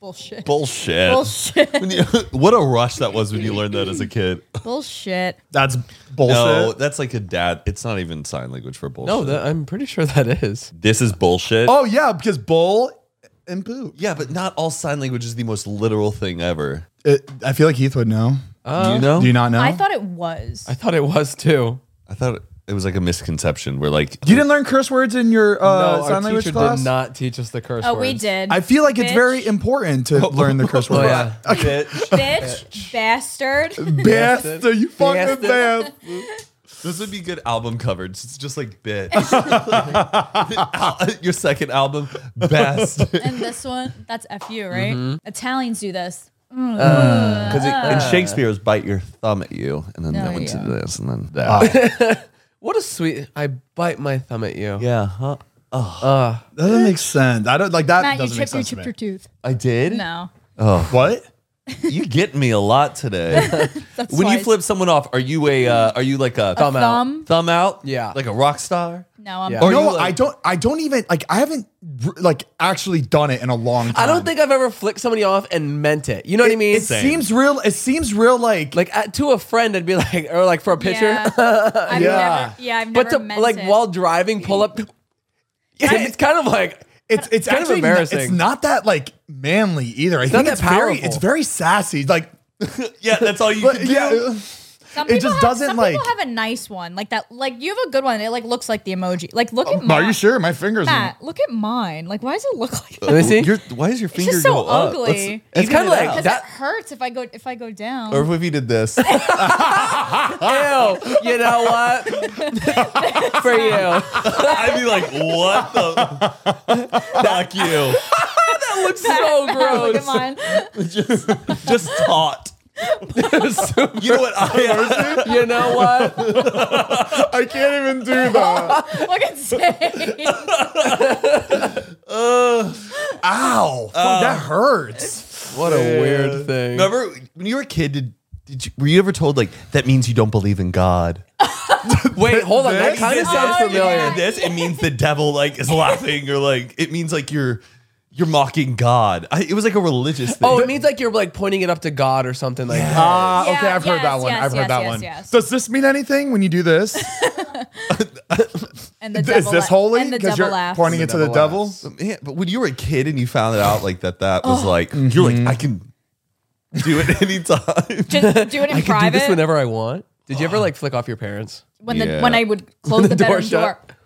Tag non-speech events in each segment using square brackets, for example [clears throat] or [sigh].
Bullshit. Bullshit. Bullshit. When you- [laughs] what a rush that was when you learned that as a [laughs] kid. [laughs] Bullshit. That's No, bullshit. that's like a dad. It's not even sign language for bullshit. No, Oh, that, I'm pretty sure that is. this is bullshit. Oh yeah, because bull and boo. Yeah, but not all sign language is the most literal thing ever. It, Uh, I feel like Heath would know. Do Uh, you know? Do you not know? I thought it was. I thought it was too. I thought it was like a misconception where [laughs] like you didn't learn curse words in your uh, no, our sign language teacher class. did not teach us the curse oh, words. we did. I feel like it's Bitch. very important [laughs] to learn the curse Oh words. yeah. bitch. [laughs] Bitch, bastard. Bastard, you fucking bastard. [laughs] This would be good album covers. It's just [laughs] like bitch. [laughs] Your second album, best. and this one, that's FU, right? Mm-hmm. Italians do this. Because in Shakespeare, it was bite your thumb at you, and then that went Uh. yeah. to this, and then Ah. that. [laughs] What a sweet. I bite my thumb at you. [laughs] yeah, huh? Doesn't make sense. I don't like that. Matt, you doesn't make chipped, you sense to chipped me. your tooth. I did. No. What? You get me a [laughs] lot today. That's when you twice. flip someone off, are you a? Uh, are you like a A thumb? Thumb out? Yeah. Like a rock star? No, I'm Yeah. Or no, you, like- I don't. I don't even like. I haven't r- like actually done it in a long time. I don't think I've ever flicked somebody off and meant it. You know what I mean? It seems real. It seems real. Like, like at, to a friend, I'd be like, or like for a picture. [laughs] Yeah. [laughs] I've Yeah. never, yeah, I've never but to meant like it. while driving, pull [laughs] up. Yeah, it's kind of like it's it's kind of actually n- It's embarrassing. not that like manly either. I not think it's that very. powerful. It's very sassy. Like, Yeah, that's all you but, can do. yeah. some it people just have, doesn't, some like- people have a nice one like that. Like you have a good one. It like looks like the emoji. Like look at Oh, uh, Are mine. you sure? My fingers. are- [laughs] Matt, look at mine. Like why does it look like that? Let me see. Your- why is your just finger so go up? ugly. Let's It's even kinda it [laughs] like out. Because that- it hurts if I go if I go down. Or if we did [laughs] this. Ah. Ew, you know what? [laughs] For you. [laughs] That I'd be like, what the? [laughs] Fuck you. looks [laughs] so look at gross. mine. Just taught. You know what I am? you know what? I can't even do that. look at Zane. Ow! Fuck, that hurts. What a weird thing. Remember when you were a kid? Did, did you, were you ever told like that means you don't believe in God? Wait, hold on. That This- kind of this- sounds Oh, familiar. yeah. This it means the devil like is laughing or like it means like you're you're mocking God. I, it was like a religious thing. Oh, it means like you're like pointing it up to God or something like that. Ah, Yeah, okay. I've heard yes, that one. yes, I've heard yes, that yes, one. yes. Does this mean anything when you [laughs] do this? And the Is devil this la- holy? And the Because devil you're laughs. [laughs] pointing it to the Double devil. laughs. Man, but when you were a kid and you found out like that, that was Oh. like you're like I can do it [laughs] anytime. Just do it in I can do private. this whenever I want. Did you ever like flick off your parents? when the Yeah. when I would close the, door bedroom shut. door.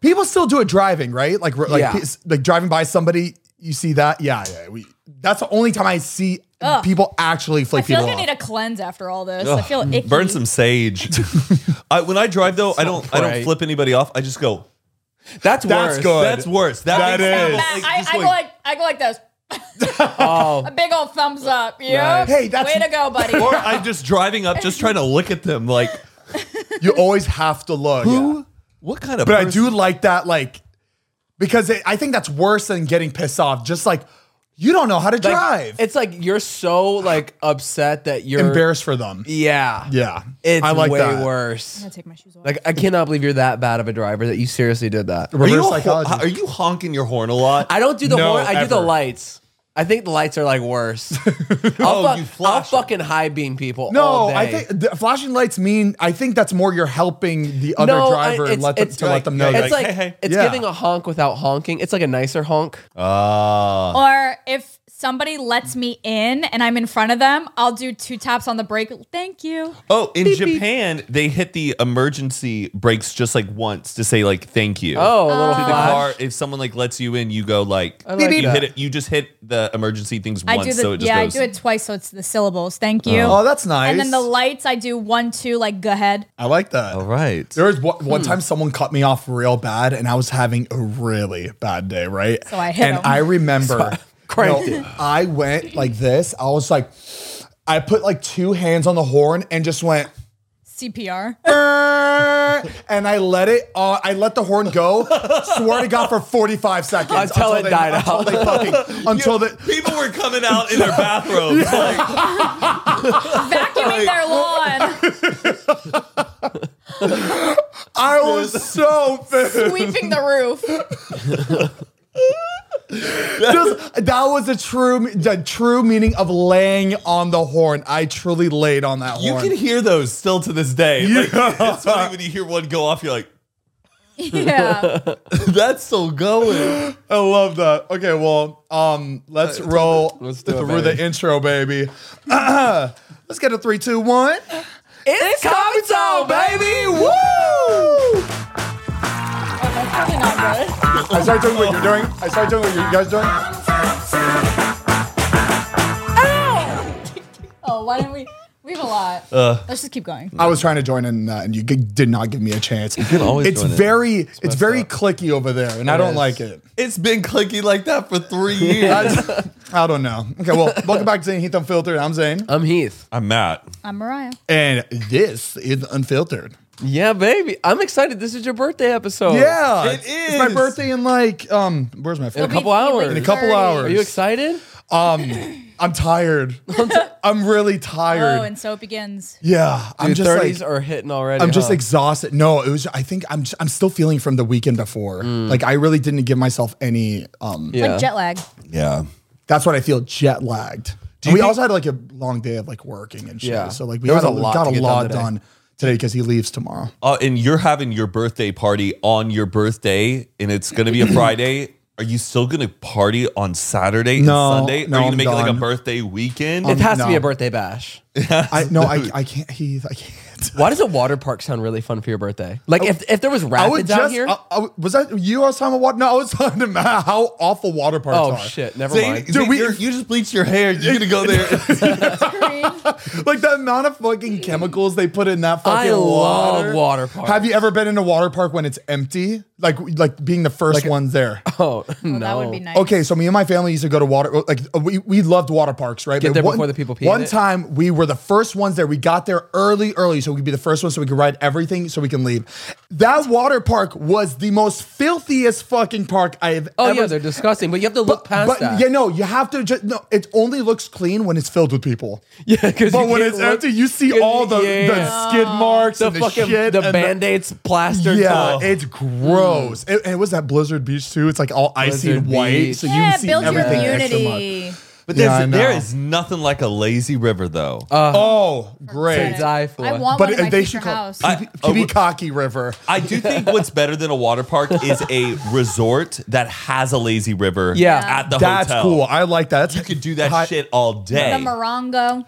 People still do it driving, right? Like, like, Yeah. pe- like driving by somebody. You see that? Yeah, yeah. We. That's the only time I see people actually I flick feel people like I off. need a cleanse after all this. I feel icky. Burn some sage. I, when I drive though, I don't I don't pray. flip anybody off. I just go. That's That's worse. good. That's worse. That, That makes is. me Matt, like, I, just I go going, like I go like this. Oh, A big old thumbs up. Yeah. Nice. Hey, that's- way to go, buddy. or I'm just driving up, just trying to look at them. Like [laughs] you always have to look. who? What kind of? But I person- do like that, like, because it, I think that's worse than getting pissed off. Just like, you don't know how to like, drive. It's like you're so like upset that you're Embarrassed for them. Yeah. Yeah, It's I like way that. worse. I'm gonna take my shoes off. Like I cannot believe you're that bad of a driver that you seriously did that. Are you, Reverse a hon- psychology. are you honking your horn a lot? I don't do the No, horn. I do the ever. lights. I think the lights are like worse. oh, Fuck- you I'll flash. fucking high beam people. all No, day. I think [laughs] the flashing lights mean. I think that's more you're helping the other No, I- driver and it's- let them, it's to like- let them know. yeah, that it's like, hey, hey. it's Yeah. giving a honk without honking. It's like a nicer honk. Ah. Or if somebody lets me in and I'm in front of them, I'll do two taps on the brake. Thank you. oh, in Japan, they hit the emergency brakes just like once to say like thank you. Oh, a little To the flash. car, if someone like lets you in, you go like, like you that. hit it. You just hit the emergency things I once, do the so it just yeah, goes. I do it twice, so it's the syllables. Thank you. oh, that's nice. and then the lights, I do one, two, like go ahead. I like that. All right. There was one, Hmm. one time someone cut me off real bad, and I was having a really bad day, right? So I hit And him. [laughs] I remember cranked No, it. I went like this. I was like, I put like two hands on the horn and just went. CPR. "Brrr," And I let it. Uh, I let the horn [laughs] go. Swear to God, for forty-five seconds Until it they, died until out. They [laughs] fucking, until the People were coming out [laughs] in their bathrobes. Like, [laughs] Vacuuming their [laughs] lawn, I was so pissed. sweeping the roof. Just- that was a true, the true meaning of laying on the horn. I truly laid on that you horn. can hear those still to this day. Like, Yeah. it's funny when you hear one go off, you're like, Yeah. that's still [gasps] going. I love that. Okay, well, um, let's roll Let's do it, through baby. the intro, baby. [clears throat] let's get a three, two, one. It's coming on, baby. Woo! [laughs] That's probably [laughs] not good. I start doing what you're doing. I start doing what you guys doing. Oh, why don't we? We have a lot. Let's just keep going. I was trying to join in, uh, and you g- did not give me a chance. You can always It's join in. very, it's, very clicky over there, and I don't like it. It's been clicky like that for three years. I don't know. Okay, [laughs] well, welcome back to Zane Heath Unfiltered. I'm Zane, I'm Heath. I'm Matt. I'm Mariah. and this is Unfiltered. Yeah, baby. I'm excited. This is your birthday episode. Yeah, It It's my is. birthday in like um. Where's my In a phone? couple hours. In a couple Are hours. you excited? Um, I'm [laughs] tired. I'm really tired. Oh, and so it begins. yeah, I'm Your just 30s like are hitting already. I'm just huh? exhausted. No, it was. I think I'm. Just, I'm still feeling from the weekend before. Mm. Like I really didn't give myself any. Um, Yeah. Like jet [laughs] lag. Yeah. that's what I feel jet lagged. you And we think- also had like a long day of like working and shit. Yeah. So like we There was got a a lot got to a get lot done today. done today because he leaves [laughs] tomorrow. Uh, and you're having your birthday party on your birthday, and it's going to be a Friday. Are you still going to party on Saturday No, and Sunday? no, Are you I'm to make it like a done. birthday weekend? It has to be No. a birthday bash. I no, I I can't. He I can't. Why does a water park sound really fun for your birthday? Like if, if there was I would rapids out just. here. I, I, was that you? I was talking about water. No, I was talking about how awful water parks oh are. shit! Never Zane, mind. Zane, Dude, we- you're- you just bleached your hair. You're going to go [laughs] there. Like the amount of fucking chemicals they put in that I fucking love water. water parks. Have you ever been in a water park when it's empty? Like like being the first ones there. [laughs] Oh Well, no! That would be nice. Okay, so me and my family used to go to water. Like uh, we, we loved water parks, right? Get But there one- before the people pee in One it. time we were the first ones there. We got there early, early, so we could be the first ones, so we could ride everything, so we can leave. That water park was the most filthiest fucking park I have. Oh ever yeah, they're disgusting. But you have to look past but that. yeah, no, you have to just no. It only looks clean when it's filled with people. [laughs] Yeah, because But when it's empty, you see all the, the skid marks the and the fucking shit the and band-aids plastered. yeah, to- it's gross. It, and it was that Blizzard Beach too. It's like all icy Mm. Blizzard and white, Beach. so you Yeah, see build your everything extra much. immunity. But Yeah, there's, I know. there is nothing like a lazy river, though. Uh-huh. Oh, great! To die for. I want But one in my they future should call- house. I- Oh, we- Kibikaki River. I do think what's better than a water park is a resort that has a lazy river Yeah. at the That's hotel. cool. I like that. That's, You could do that high- shit all the day. Morongo.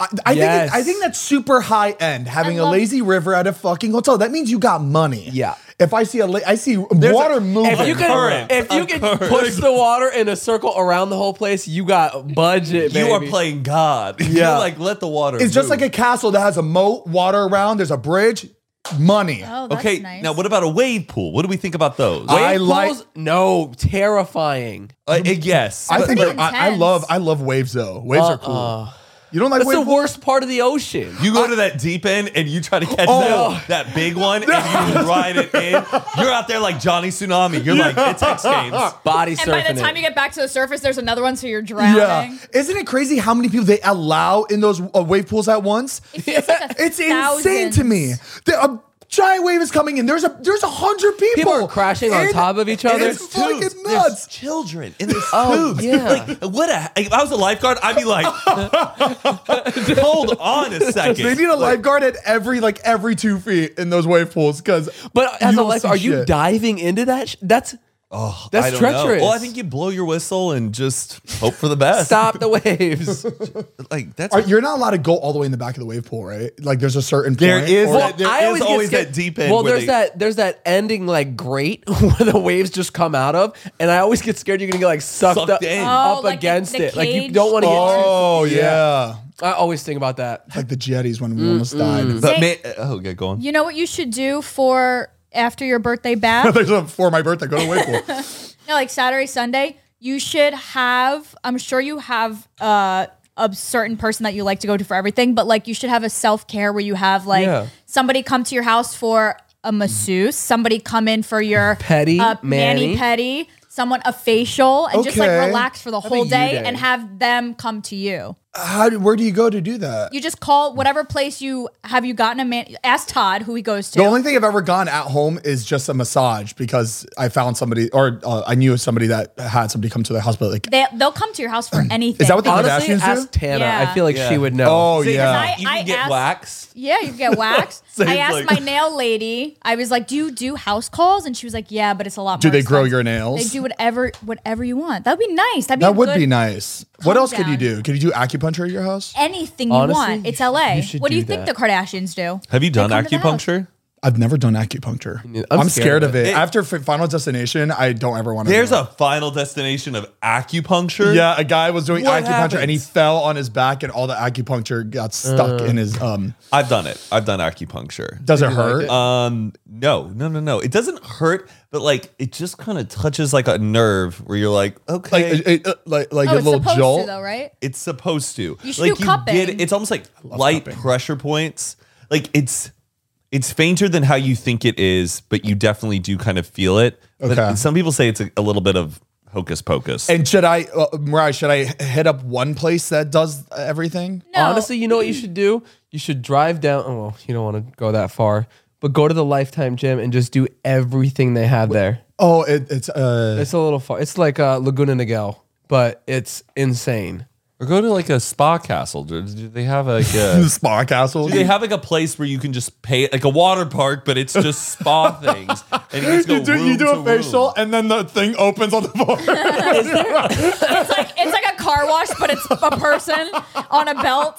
I, I Yes. think it, I think that's super high end. Having a love- lazy river at a fucking hotel that means you got money. Yeah. If I see a la- I see water moving. If you can, current. if you A can current. push the water in a circle around the whole place, you got budget. You are baby. playing God. [laughs] Yeah. You're like, let the water. It's just move. like a castle that has a moat, water around. There's a bridge, money. Oh, that's okay, nice. now what about a wave pool? What do we think about those? Wave I like- pools? no terrifying. Uh, uh, yes, I but- think pretty I, I intense. love I love waves though. Waves are cool. Uh-uh. You don't like That's waves? the worst part of the ocean. you go to that deep end and you try to catch Oh. that, that big one and you ride it in. You're out there like Johnny Tsunami. You're like, it's X Games. Body and surfing. by the time it. you get back to the surface, there's another one, so you're Yeah. drowning. Isn't it crazy how many people they allow in those uh, wave pools at once? It feels [laughs] like a It's insane to me. thousands. The, a giant wave is coming in. There's a there's a hundred people. People are crashing on And top of each other. It's fucking Dudes, there's nuts. children and there's Oh, boobs. yeah. Like, what a. If I was a lifeguard, I'd be like, [laughs] hold on a second. They need a lifeguard at every like every two feet in those wave pools because. But as You a don't life, see are you shit. diving into that? Sh- that's that's I don't know. treacherous. Well, I think you blow your whistle and just hope for the best. stop the waves. Like that's Are, you're not allowed to go all the way in the back of the wave pool, right? Like there's a certain There point, is or- that- there is get always scared- that deep end Well, where there's they- that there's that ending like grate [laughs] where the waves just come out of, and I always get scared you're gonna get like sucked, Sucked up, in. Oh, up like the- against the it. Like you cage? don't want to get. Oh too- yeah. I always think about that. like the jetties when we almost [laughs] died. But Say- man, oh, okay, go on. You know what you should do for after your birthday bath? [laughs] There's a for my birthday. Go to wave pool. no, like Saturday, Sunday. you should have. I'm sure you have uh, a certain person that you like to go to for everything, but like you should have a self care where you have like Yeah. somebody come to your house for Mm-hmm. a masseuse, somebody come in for your Petty, uh, mani mani. petty, someone a facial, and just like Okay. relax for the whole you day, day. and have them come to you. How? do- Where do you go to do that? You just call whatever place you have. You gotten a man? Ask Todd who he goes to. The only thing I've ever gone at home is just a massage because I found somebody or uh, I knew somebody that had somebody come to their house, but like they, they'll come to your house for anything. [clears throat] Is that what the- Honestly, Kardashians do? ask Tana. Yeah. I feel like Yeah. she would know. Oh See, 'cause yeah. I- You can get asked- waxed. Yeah, you [laughs] get waxed. Sounds I asked like- my nail lady. I was like, "Do you do house calls?" And she was like, "Yeah, but it's a lot." do more they grow expensive." your nails? They do whatever, whatever you want. That'd be nice. That'd be a That would good- be nice. What Calm else could you down. do? Could you do acupuncture at your house? Anything you Honestly, want. you It's should- LA. you should What do do you think the that. Kardashians do? Have you They done come to the house. acupuncture? I've never done acupuncture. I'm, I'm scared, scared of of it. After F- Final Destination, I don't ever want to. There's do it. a final destination of acupuncture. yeah, a guy was doing What acupuncture and he happens? fell on his back, and all the acupuncture got stuck Uh. in his. Um, I've done it. I've done acupuncture. does it hurt? Um, no, no, no, no. It doesn't hurt, but like it just kind of touches like a nerve where you're like, like, okay, it, it- uh, like, like Oh, a it's little supposed jolt. to though, right? it's supposed to. You should like do cupping. it's almost like light pressure points. Like it's it's fainter than how you think it is, but you definitely do kind of feel it. Okay. But some people say it's a, a little bit of hocus pocus. And should I, uh, Mariah? Should I hit up one place that does everything? No. Honestly, you know what you should do? You should drive down. Oh, well, you don't want to go that far, but go to the Lifetime Gym and just do everything they have there. Oh, it, it's uh, It's a little far. It's like uh, Laguna Niguel, but it's insane. or go to like a spa castle. Do, do they have like the a [laughs] spa [laughs] castle. Do they have like a place where you can just pay like a water park, but it's just [laughs] spa things? And you, just go you do, you room do to a room? facial, and then the thing opens on the floor. [laughs] It's like it's like a car wash, but it's a person [laughs] on a belt.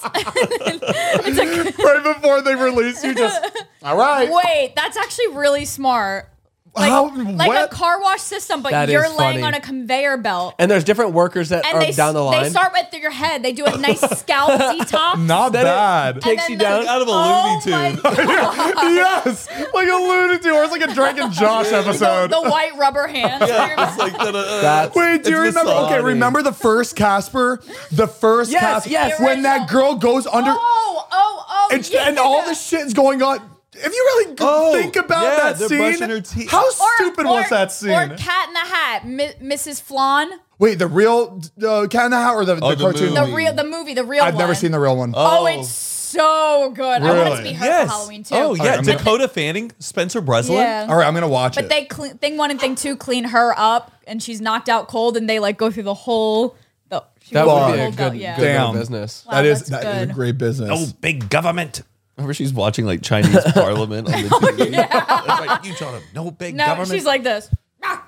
it's like right before they release [laughs] you. Just all right. wait, that's actually really smart. Like, How- like what? a car wash system, but That is you're laying funny. on a conveyor belt. And there's different workers that and are they s- down the line. They start with your head. They do a nice [laughs] scalp detox. Not Then [laughs] it bad. takes then you the- down out of a Oh Looney my God. yes, like alluded to, or it's like a Drake [laughs] and Josh episode. The white rubber hands. It's [laughs] like that, uh, That's- Wait, do you It's remember? Okay, Masani. remember the first Casper, the first Yes, Casper, yes. when that girl goes under, oh, oh, oh. and, yeah. and all the shit is going on. If you really g- Oh, think about yeah, that they're brushing her scene, teeth. how Or- stupid or- was that scene? Or Cat in the Hat, Mi- Mrs. Flan, Wait, the real uh, Cat in the Hat or the, the Oh, the cartoon? movie. the Ooh. real, the movie, the real. I've never one. seen the real one. Oh, it's so good. I want it to Really? be her yes. for Halloween too. Oh yeah, I'm gonna- Dakota Fanning, Spencer Breslin. Yeah. All right, I'm gonna watch But it. they clean thing one and thing two clean her up, and she's knocked out cold, and they like go through the whole. The, she that goes would through be the a whole good, belt, good yeah. little Damn. business. that is Oh, that's that is a good. great business. Oh, big government. Remember she's watching like Chinese [laughs] Parliament on the TV. That's right, you told him no big Oh, No, government. she's like this.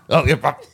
oh yeah. fuck.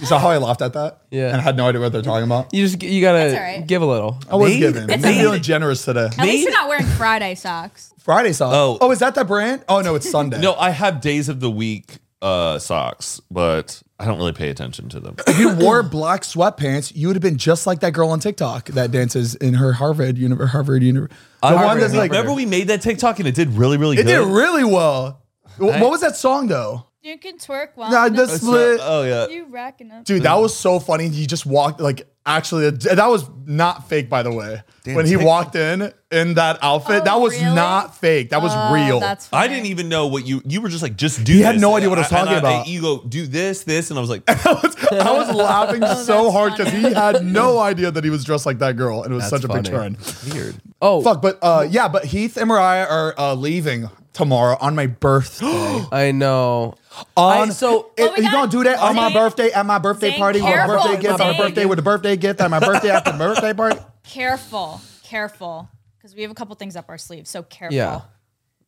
Is that how I laughed at that? Yeah. and I had no idea what they're talking about. You just you gotta That's all right. give a little. I was Made- giving. I'm It's feeling made- generous today. At least Me? you're not wearing Friday socks. Friday song. Oh. oh, is that that brand? Oh no, [laughs] it's Sunday. No, I have days of the week uh socks, but I don't really pay attention to [laughs] them. If you [clears throat] wore black sweatpants, you would have been just like that girl on TikTok that dances in her Harvard University. Harvard University. The one Harvard, that's like, remember we made that TikTok and it did really, really it good. did really well. Wh- What was that song though? You can twerk while Nah, uh, I'm the So- split. oh yeah. you racking up. Dude, that was so funny. He just walked like actually uh, that was not fake by the way. when he walked in in that outfit, Oh, that was really? Oh, not fake. That was real. [laughs] That's funny. I didn't even know what you you were just like just do. You had this. no idea what I was And talking and about. You go do this, this, and I was [laughs] like, I was laughing so Oh, that's hard because he funny. [laughs] had no idea that he was dressed like that girl, and it was such a big funny. turn. weird. Oh, Fuck, but uh, yeah, but Heath and Mariah are uh, leaving tomorrow on my birthday. [gasps] I know. on I- so- Oh it, Well, we you gotta- gonna do that on my Zane- birthday at my birthday Zane, party with a careful, birthday gift on a Zane. birthday with a birthday gift on my birthday [laughs] after my birthday party. e- Careful, careful, because we have a couple things up our sleeves. So careful. Yeah.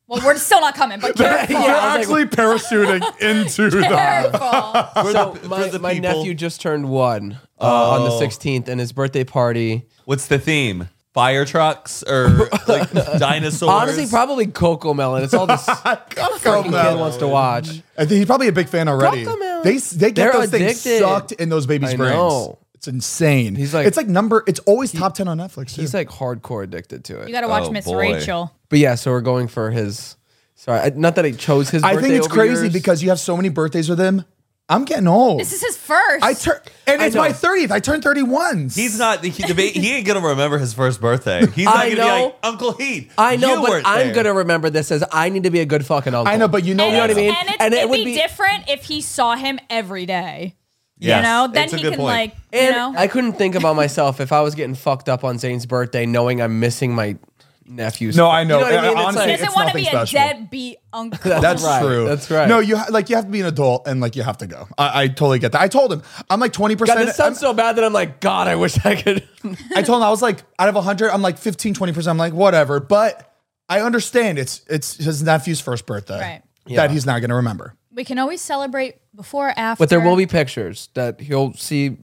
Well, we're still not coming, but [laughs] careful. You're actually parachuting into [laughs] [laughs] the. Careful. So my, the my people. nephew just turned one uh, on the 16th, and his birthday party. What's the theme? Fire trucks or [laughs] like dinosaurs? Honestly, probably Coco Melon. It's all [laughs] this fucking Come kid on. wants to watch. I think he's probably a big fan already. Come on. They they get They're those things addicted. sucked in those babies' I brains. know. It's insane. He's like- it's like number. It's always top ten on Netflix. Too. He's like hardcore addicted to You it. got to watch Oh, Miss boy. Rachel. But yeah, so we're going for his. Sorry, I- not that I chose his. I birthday think it's over crazy yours. because you have so many birthdays with him. I'm getting old. This is his first. I turn, and I it's know. my 30th. I turned 31. He's not. He, the ba- he ain't gonna remember his first birthday. He's not gonna I be know. like Uncle Heat. I know, you but weren't I'm there." gonna remember this as I need to be a good fucking uncle. I know, but you know, and know what I it's- mean? And, it's, And it it'd would be, be- different if he saw him every day. Yes, You know, then it's a he good can point. like, you And know, I couldn't think about myself if I was getting fucked up on Zane's birthday, knowing I'm missing my nephew's. No, I know. You what I- It's honestly, he like- it's doesn't want to nothing be a special. deadbeat uncle. That's right. true. That's right. No, you ha- like you have to be an adult and like you have to go. I, I totally get that. I told him I'm like 20. God, percent this sounds so bad that I'm like, God, I wish I [laughs] could. I told him I was like out of 100, I'm like 15, 20 percent. I'm like whatever, but I understand it's it's his nephew's first birthday Right. that he's not going to remember. we can always celebrate before or after. but there will be pictures that he'll see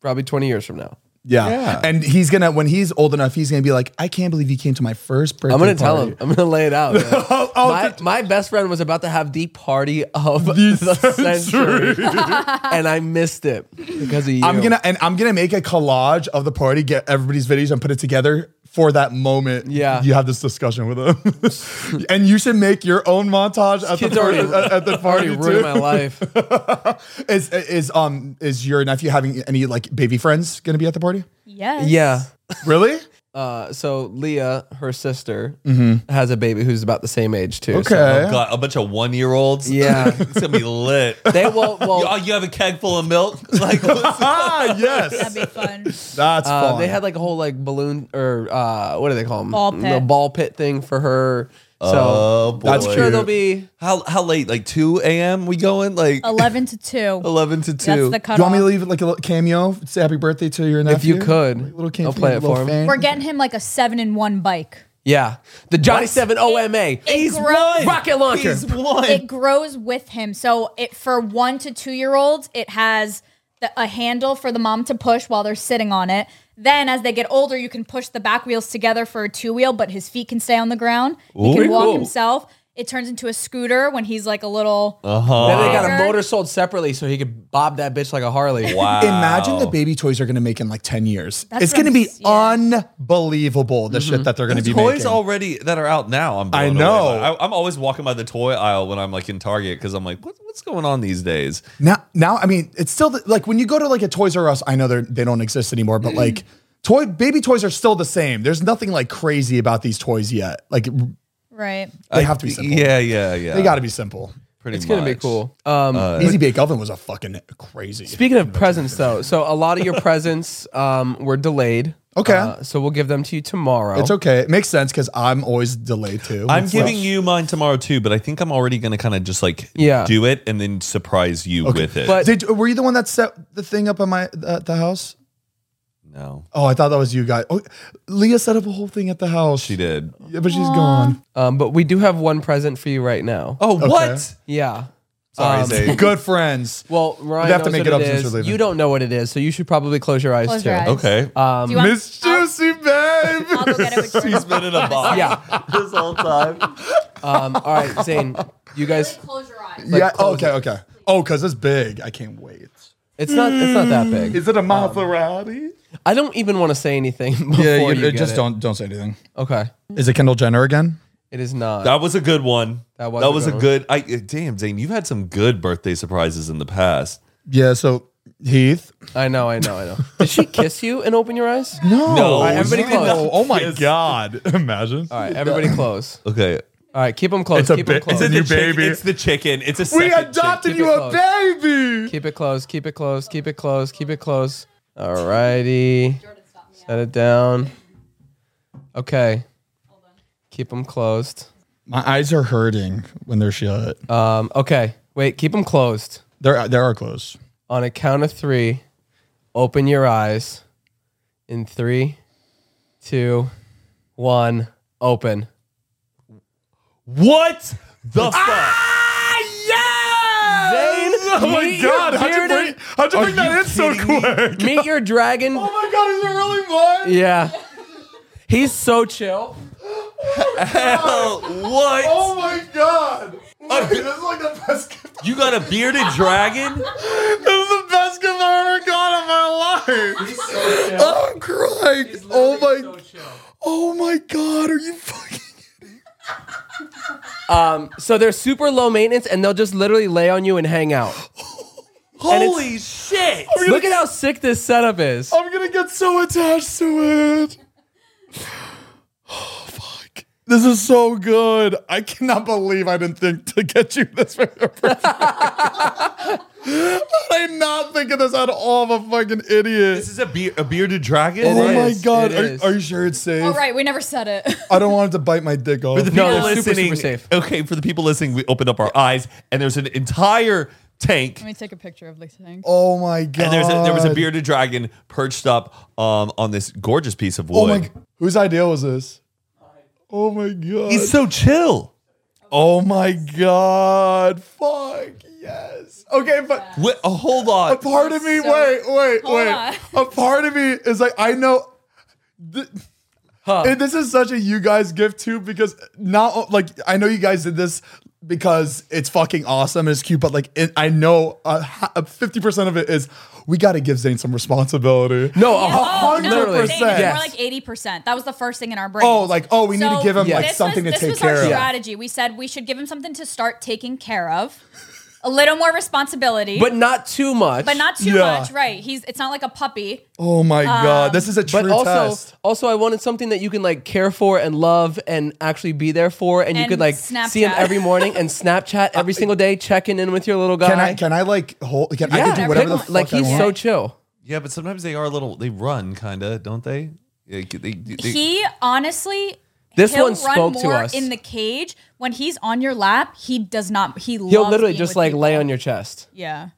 probably 20 years from now. Yeah. and he's gonna when he's old enough, he's gonna be like, I can't believe you came to my first birthday. I'm gonna tell party." him. I'm gonna lay [laughs] it out. man. Oh, oh, my, my best friend was about to have the party of [laughs] the, century, [laughs] and I missed it because of you. I'm gonna and I'm gonna make a collage of the party, get everybody's videos, and put it together for that moment. Yeah. you have this discussion with [laughs] him, and you should make your own montage at the Kids party. uh, already, At, at the party, [laughs] already ruined my too. [laughs] life. Is is um is your nephew having any like baby friends gonna be at the party? Yes. Yeah. Really? Uh, so Leah, her sister, has a baby who's about the same age too. Mm-hmm. so- Okay. Oh, God, a bunch of one year olds. [laughs] Yeah. it's gonna be lit. They [laughs] well, well oh, you have a keg full of milk. [laughs] Like, [laughs] what's- ah, yes, That'd be fun. [laughs] that's uh, fun. they had like a whole like balloon or uh, what do they call them? Ball pit. The ball pit thing for her. So Oh, boy. I'm That's sure they'll cute. be. how how late? Like two a.m. We going? Like 11 to 2. eleven to two. That's the Do cutoff. you want me to leave like a little cameo? Say happy birthday to your nephew. If you could, little cameo, I'll play it little for him. fan. We're getting him like a 7 in 1 bike. Yeah, the Johnny Seven OMA. He's grows- one. rocket launcher. He's one. It grows with him. So it for 1 to 2 year olds, it has the, a handle for the mom to push while they're sitting on it. Then as they get older, you can push the back wheels together for a two wheel, but his feet can stay on the ground. Ooh. he Pretty can walk cool. himself. It turns into a scooter when he's like a little Then they got a Wow. motor sold separately so he could bob that bitch like a Harley. wow. Imagine the baby toys are going to make in like 10 years. That's it's what going to I'm be s- yeah. unbelievable the Mm-hmm. shit that they're going to be toys making. already that are out now. I'm blown I away know. by. I, am always walking by the toy aisle when I'm like in Target because I'm like, what, what's going on these days? now, now, I mean, it's still the, like when you go to like a Toys R Us, I know they're- they don't exist anymore, but like toy baby toys are still the same. There's nothing like crazy about these toys yet. Like they right. have to be simple. Yeah, yeah, yeah. They got to be simple. pretty. It's gonna be much. cool. Um, Easy Bake Oven was a fucking crazy. Speaking of presents, though, so a lot of your presents um, were delayed. Okay. Uh, so we'll give them to you tomorrow. it's okay. It makes sense because I'm always delayed too. I'm It's giving like- you mine tomorrow too, but I think I'm already gonna kind of just like Yeah. do it and then surprise you with it. But Did were you the one that set the thing up at my at the house? no, Oh, I thought that was you guys. Oh, Leah set up a whole thing at the house. she did. Yeah, but she's gone. um, but we do have one present for you right now. Oh, what? Yeah. Sorry, Zay. Good friends. Well, Ryan, have to knows make what it up is. since we're leaving. You don't know what it is, so you should probably close your eyes Close too. your eyes. Okay. Do you want- Miss Juicy Babe. I'll go get it with He's been in a box [laughs] Yeah. [laughs] this whole time. Um, all right, Zane, you guys, Close your eyes. [laughs] yeah. close Okay. Okay. Oh, because it's big. I can't wait. it's not it's not that big. it a Maserati? I don't even want to say anything. Before Yeah. you, You, get just it. don't don't say anything. Okay, Is it Kendall Jenner again? it is not. That was a good one. That was that a was a good one. good. I eh, damn Zane, you've had some good birthday surprises in the past. Yeah. So Heath. I know, I know, I know. Did she kiss you and open your eyes? No. No, everybody no. close. Oh my God. Imagine. All right, everybody close. Okay, All right, keep them close. It's a keep them bit- close. it's a- The New chick- baby. It's the chicken. It's a We second adopted Keep you it a close. baby. keep it close. Keep it close. Keep it close. Keep it close. All righty. Set it down. Okay. Keep them closed. My eyes are hurting when they're shut. Um, okay. Wait, keep them closed. There, there are clothes. On a count of three, open your eyes. In three, two, one, open. What the fuck? Zane, Ah, Oh my meet god! your How'd you bearded- bring, how'd you bring that in so quick? Meet your [laughs] dragon. Oh my god! Is it really mine? Yeah. He's so chill. Hell, what? Oh my god! Wait, this is like the best gift. You got a bearded dragon? This is the best gift I ever got in my life. I'm crying. Oh my! oh my god! Are you fucking? So they're super low maintenance and they'll just literally lay on you and hang out. And it's- Holy shit! Look at how sick this setup is. Oh, Oh, I'm gonna get so attached to it. Oh fuck. This is so good. I cannot believe I didn't think to get you this for your birthday. [laughs] I'm not thinking this at all. I'm a fucking idiot. This is a, be- a bearded dragon. It oh is, my god. it Are, is. are you sure it's safe? All right, we never said it. [laughs] I don't want it to bite my dick off. For the No, people they're super, listening, super safe. okay, for the people listening, we opened up our eyes and there's an entire tank, Let me take a picture of Lisa. Hank. oh my Oh god. and there's a, there was a bearded dragon perched up um, on this gorgeous piece of wood. Oh my g- whose idea was this? Oh my god. He's so chill. oh my god. Fuck. Yes. Okay, but Wait, oh, hold a on. part of me, So- wait, wait, Hold wait. on. A part of me is like, I know. th- Huh. and this is such a you guys gift too because not like I know you guys did this because it's fucking awesome and it's cute, but like it, I know fifty percent of it is we got to give Zane some responsibility. No, a hu- Oh, no, literally. Zane, Yes. More like 80%. That was the first thing in our brain. Oh, like oh, we need So to give him Yeah. like this something was, to take This was care our of. strategy. We said we should give him something to start taking care of, a little more responsibility, but not too much. but not too Yeah. much. Right? He's it's not like a puppy. Oh my Um, god, this is a true But also, test. also, I wanted something that you can like care for and love and actually be there for, and, you And could like see him Snapchat. every morning and [laughs] Snapchat every single day, checking in with your little guy. Can I can I like hold? Can I Yeah, can do whatever the pick- fuck like I he's want? so chill. Yeah, but sometimes they are a little. They run, kind of, don't they? Yeah, they- they- they- He honestly. This he'll one run spoke to more us. in the cage when he's on your lap. He does not. He He'll loves literally being just with like people. lay on your chest. Yeah.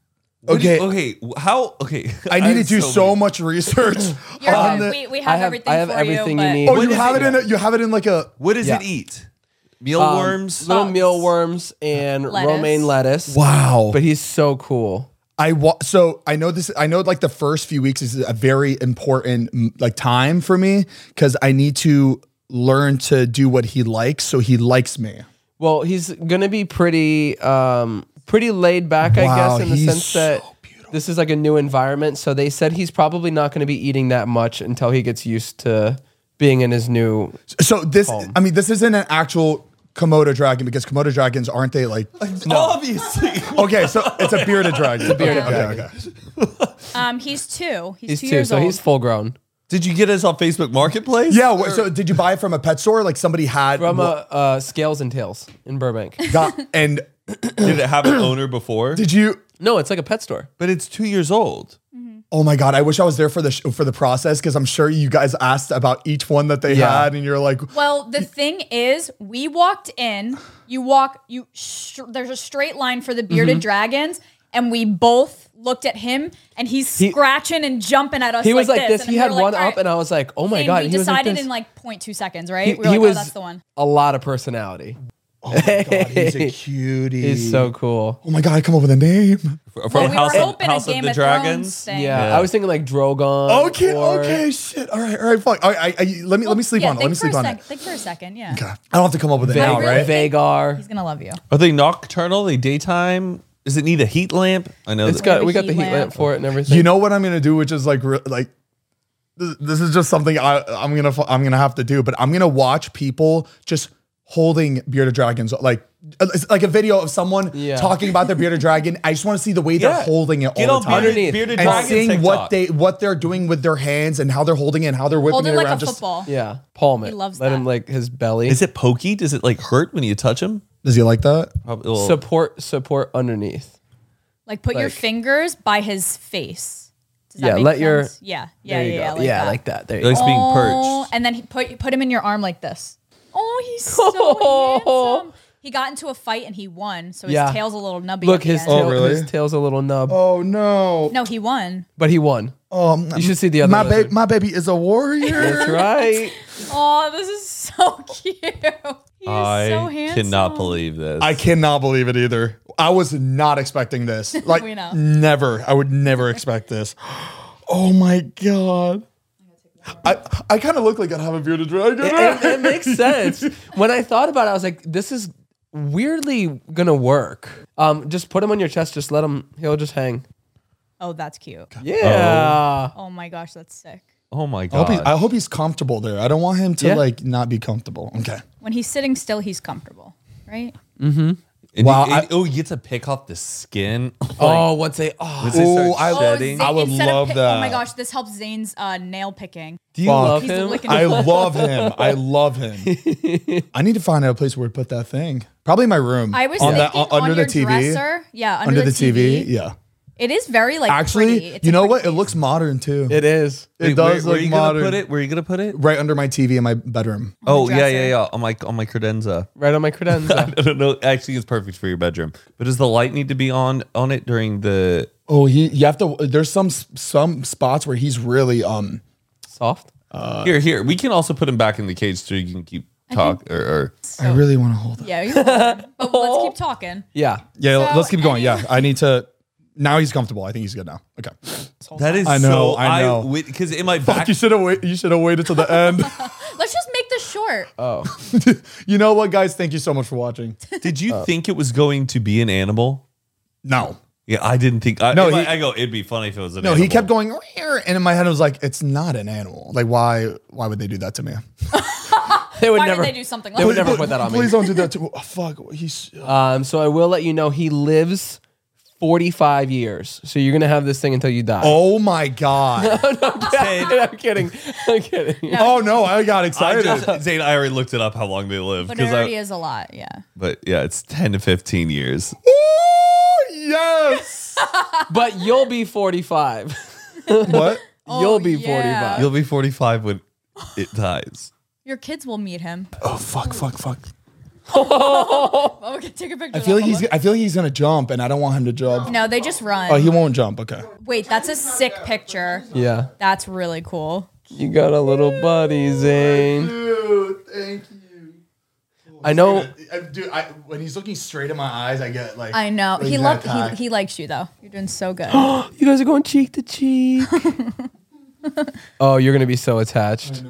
What do you- Okay. okay. wh- How? Okay. [laughs] I need to have do so many- much research. You're on good. the- we, we Um, I have, have- everything I have for everything you you, but- need. Oh, What you is have it it in a, you have it in like a What does Yeah. it eat? Mealworms. little Bugs. mealworms and Lettuce. romaine lettuce. wow. But he's so cool. I wa- so I know this. I know like the first few weeks is a very important mm, like time for me because I need to learn to do what he likes so he likes me. Well, he's gonna be pretty, um, pretty laid back, I Wow, guess, in the he's sense that this is like a new environment. So they said he's probably not gonna be eating that much until he gets used to being in his new. So this, I mean, this isn't an actual Komodo dragon because Komodo dragons aren't they like? Obviously. Okay, so it's a bearded dragon. bearded okay, dragon. Okay, okay. um, he's two. He's, He's two, two, years so old. he's full grown. [laughs] Did you get us on Facebook Marketplace? Yeah. wh- So did you buy it from a pet store? Like somebody had From uh, wh- uh, Scales and Tails in Burbank. got and Did it [clears throat] have an owner before? did you? no, it's like a pet store. but it's two [laughs] years old. Oh my god! I wish I was there for the sh- for the process because I'm sure you guys asked about each one that they Yeah. had, and you're like, Well, the thing is, we walked in. You walk. You sh- there's a straight line for the bearded Mm-hmm. dragons, and we both looked at him, and he's scratching and jumping at us. He was like this. and He we had were like, one "All right." up, and I was like, "Oh my And god!" We he was like decided this. in like 0.2 seconds, right? He- we were like, he oh, was that's the one. a lot of personality. God, he's a cutie. He's so cool. Oh my god! I come up with a name. From Well, we House, were of, hoping House a of Game the of Thrones Dragons. thing. Yeah, I was thinking like Drogon. Okay, or- okay, shit. All right, all right, fuck. All right, I, I, let me let me sleep Yeah, on it. Let think me for sleep a on sec- it. Think for a second. Yeah. God, I don't have to come up with it Vagar, now, really right? think- Vagar. He's gonna love you. Are they nocturnal? Are they daytime? Does it need a heat lamp? I know. It's that- got a we got heat the heat lamp. lamp. for it and everything. You know what I'm gonna do, which is like re- like this, this is just something I I'm gonna fu- I'm gonna have to do, but I'm gonna watch people just holding bearded dragons like. uh, It's like a video of someone Yeah. talking about their bearded dragon. I just want to see the way Yeah. they're holding it Get all on the time, bearded- Underneath. bearded and dragon seeing TikTok. what they what they're doing with their hands and how they're holding it and how they're whipping Hold it him like around. a just football. yeah, palm it. He loves Let that. him like his belly. Is it pokey? Does it like hurt when you touch him? does he like that? Probably. well, support support underneath? Like put your Like- fingers by his face. Does that Yeah, make let your- sense? yeah, yeah, There you yeah, yeah, go. like yeah, that. like that. There it you likes go. being Oh, perched. And then he put put him in your arm like this. Oh, he's [laughs] so handsome. He got into a fight and he won, so his Yeah. tail's a little nubby. Look, at the his end. tail, really? his tail's a little nub, Oh no! No, he won. but he won. Um, You should see the other. my, ba- lizard. my baby is a warrior. That's right. Oh, this is so [laughs] cute. He is I so handsome. cannot believe this. I cannot believe it either. I was not [laughs] expecting this. Like We know. never. I would never expect this. [gasps] Oh my god. I, I kind of look like I'd have a bearded dragon. it, it makes sense. When I thought about it, I was like, this is weirdly gonna work. Um, just put him on your chest. Just let him. He'll just hang. Oh, that's cute. Yeah. Oh my gosh, that's sick. Oh my I hope, he- god. I hope he's comfortable there. I don't want him to Yeah. like not be comfortable. Okay. When he's sitting still, he's comfortable, right? And Wow, you- I- and- oh, you get to pick off the skin. [laughs] oh, once they oh, Once they start Ooh, I- Oh, shedding. Zayn- I would instead of love pick- Oh my that. gosh, this helps Zane's uh, nail picking. do you fuck. love He's him? licking I his- love him. I love him. I need to find out a place where to put that thing. Probably my room. I was on that thinking on- on under your the TV. dresser. Yeah, under, Under the TV. Yeah. It is very like pretty. Actually, It's you a know pretty what? It piece. looks modern too. it is. It Wait, does where, where look you modern. gonna put it? Where are you gonna put it? Right under my TV in my bedroom. Oh yeah, dresser. yeah, yeah. On my on my credenza. [laughs] Right on my credenza. I don't know. Actually, it's perfect for your bedroom. But does the light need to be on on it during the? Oh, he. You have to. There's some some spots where he's really um. [laughs] Soft. here, here. We can also put him back in the cage so you can keep talk or, or I really want to hold it. Yeah, you're right. but let's keep talking. Yeah. Yeah, So, let's keep going. Yeah, I need to. Now he's comfortable. I think he's good now. Okay. that is I know, So, I know. Because in my [laughs] back, You should have wait, you should have waited till the end. [laughs] Let's just make this short. you know what, guys? Thank you so much for watching. did Uh. you think it was going to be an animal? No, Yeah, I didn't think. I, No, in my- he- I go. It'd be funny if it was an. no, animal. he kept going, "Rrr," and in my head, I was like, "It's not an animal. Like, why? Why would they do that to me? They would Why never. would they do something they like would that? never put that on me. Please don't do that to. Oh, fuck, he's Um, so I will let you know he lives 45 years. So you're gonna have this thing until you die. Oh my god. [laughs] I'm kidding. I'm kidding. oh no, I got I [laughs] excited. just, Zane, I already looked it up how long they live. But it 'cause I- already is a lot, yeah. but yeah, it's ten to fifteen years. Ooh, yes. But you'll be 45. [laughs] what? you'll be Oh, yeah. 45. You'll be forty-five when it dies. Your kids will meet him. Oh fuck, fuck, fuck. Okay, take a picture. I feel like he's. I feel like he's gonna jump, and I don't want him to jump. No, they just run. Oh, he won't jump. Okay. Wait, that's a sick picture. Yeah. That's really cool. You got a little buddy, Zane. Dude, thank you. I Oh. know. dude, I, when he's looking straight in my eyes, I get like. I know. Like he that loved guy. he, he likes you though. You're doing so good. You guys are going cheek [laughs] to cheek. oh, you're gonna be so attached.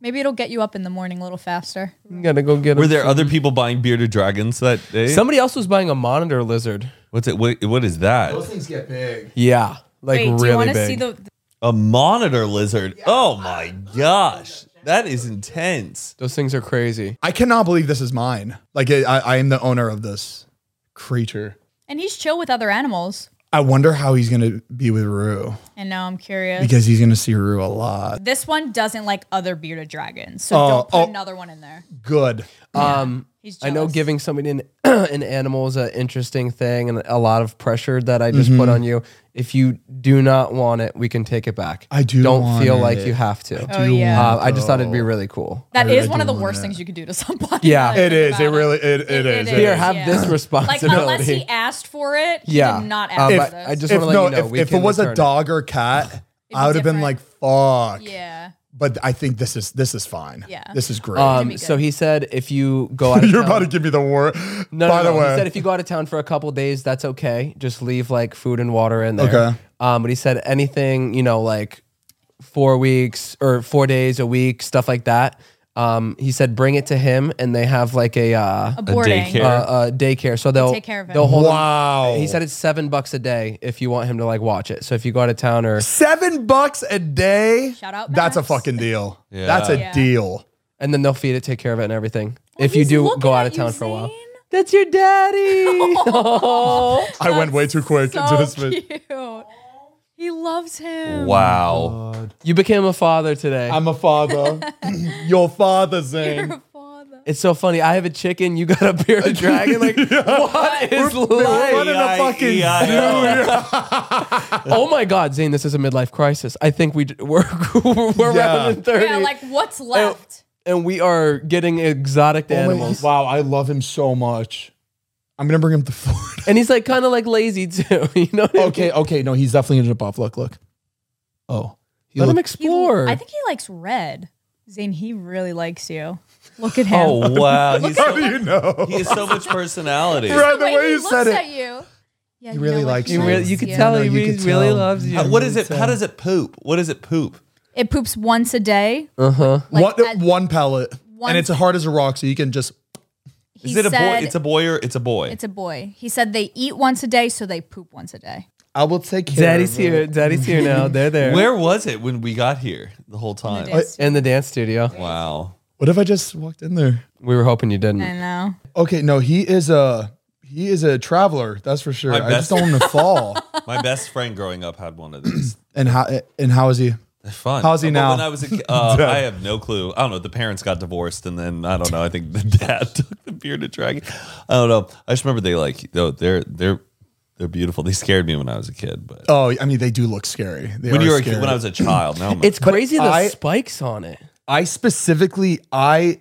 Maybe it'll get you up in the morning a little faster. You gotta go get. Were him there some- other people buying bearded dragons that day? Somebody else was buying a monitor lizard. What's it? What, what is that? Those things get big. Yeah, like Wait, do you really want to big. see the? A monitor lizard. Oh my gosh. That is intense. Those things are crazy. I cannot believe this is mine. Like I, I I am the owner of this creature. And he's chill with other animals. I wonder how he's gonna be with Rue And now I'm curious. because he's gonna see Rue a lot. this one doesn't like other bearded dragons, so Oh, don't put oh. another one in there. Good. Um, He's I know jealous. giving somebody an [clears throat] an animal is an interesting thing and a lot of pressure that I just Mm-hmm. put on you. If you do not want it, we can take it back. I do Don't want feel like it. you have to. Oh yeah, Uh, I just thought it'd be really cool. that is I one of do the worst wanna- things you could do to [laughs] somebody. Yeah. now that I It think is. about It really. It, It- it it is. is. It Here, is. have Yeah. this Like [laughs] responsibility. unless he asked for it, he yeah, did not Um, Uh, ask but for this. I just If want to no, let you know. if, we if can it was return a dog or cat, I would have been like, different. "Fuck." yeah. But I think this is this is fine. Yeah. This is great. Um, be so good. he said, if you go [laughs] out, of You're town, about to give me the war. No, By no, the no. way, he said if you go out of town for a couple days, that's okay. Just leave like food and water in there. Okay. Um, but he said anything, you know, like four weeks or four days a week, stuff like that. Um, he said bring it to him, and they have like a uh, A boarding. uh, uh, daycare, so they'll take care of him. They'll hold him- wow. He said it's seven bucks a day if you want him to like watch it. So if you go out of town or Seven bucks a day. Shout out [laughs] That's a Max. fucking deal. That's a Yeah. deal. and then they'll feed it, take care of it, and everything. if you He's do looking go at out of you, town for a while, Zane. that's your [laughs] daddy. [laughs] I went way too quick [laughs] into this so video. cute. He loves him. Wow. you became a father today. I'm a father. [laughs] Your father, Zane. Your father. It's so funny. I have a chicken. You got a bearded dragon. Like [laughs] what is life? E running a fucking [laughs] Oh my God, Zane, this is a midlife crisis. I think we d- we're [laughs] we're Yeah. rounding thirty, Yeah, like what's left? and we are getting Oh exotic animals. Wow, I love him so much. I'm gonna bring him to Florida. [laughs] And he's like kind of like lazy too. [laughs] You know? what I mean? okay, okay, no, he's definitely gonna jump off. Look, look. Oh, he Let him looked- He- explore. I think he likes red. Zane, he really likes you. Look at him. Oh wow. He's so, you know, [laughs] he has so much personality. Right, the way, he, you looks said at it. you. Yeah, really know what likes he you, he really, likes you could you. tell No, he you really, could really tell. loves you. Uh, What is it? How does it poop? What does it poop? It poops once a day. one, like, at- one pellet, one- and it's hard as a rock, so you can just. He Is it a said- boy? It's a boy or it's a boy. It's a boy. He said they eat once a day, so they poop once a day. I will take care. Daddy's here. Daddy's here now. They're there. Where was it when we got here the whole time? dance In the dance studio. Wow. What if I just walked in there? We were hoping you didn't. I know. Okay, no, he is a He is a traveler, that's for sure. My I just best- don't want him to fall. [laughs] My best friend growing up had one of [clears throat] these. And how and how is he? They're fun. How's he But now? When I was a kid, uh, [laughs] I have no clue. I don't know. The parents got divorced, and then I don't know. I think the dad [laughs] took the bearded dragon. I don't know. I just remember they like, oh, they're they're they're beautiful. They scared me when I was a kid, but Oh, I mean, they do look scary. They when are you were a scary. kid, when I was a child, [laughs] now I'm It's crazy the I- spikes on it. I specifically, I,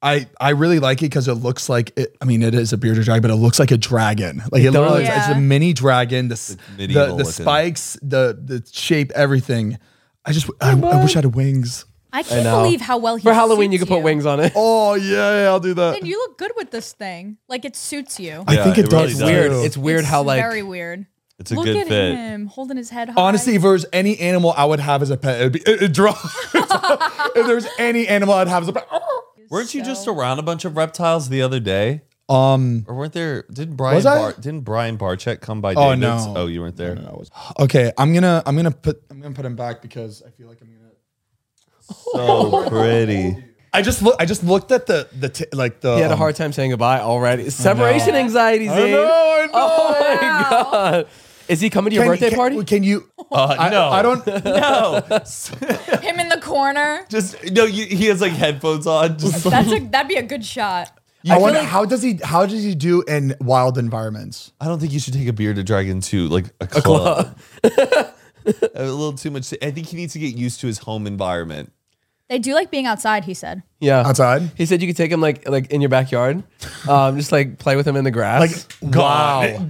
I, I really like it because it looks like it. I mean, it is a bearded dragon, but it looks like a dragon. Like it, does. literally, looks- Yeah. it's a mini dragon. The s- the, medieval the looking. spikes, the the shape, everything. I just, I, I wish I had wings. I can't believe how well he For Halloween, you suits can put wings on it. Oh yeah, yeah, I'll do that. And you look good with this thing. Like it suits you. I Yeah, think it, it really does. It's does. weird. too. It's weird It's how like very weird. it's a look good at fit. him holding his head high. Honestly, if there was any animal I would have as a pet, it'd be it, it draw. [laughs] if there's any animal I'd have as a pet, oh. Weren't you just around a bunch of reptiles the other day? um, Or weren't there? Didn't Brian I? Bar, didn't Brian Barchek come by? Oh, David's? no. Oh, you weren't there. Okay, I'm gonna I'm gonna put I'm gonna put him back because I feel like I'm gonna. [laughs] So pretty. I just look I just looked at the the t- like the. he had a um, hard time saying goodbye already. Separation anxiety, I Zane. know, I know. [laughs] Oh my god. Is he coming to your Can- birthday can- party? Can you? Uh, I, no, I [laughs] don't. [laughs] No, him in the [laughs] corner. just no. You, he has like headphones on. Just That's a, that'd be a good shot. I wonder how does he how does he do in wild environments? [laughs] I don't think you should take a bearded dragon to like a club. [laughs] a little too much. I think he needs to get used to his home environment. They do like being outside, he said. yeah. Outside? He said you could take him like like in your backyard. Um, just like play with him in the grass. [laughs] Wow. Oh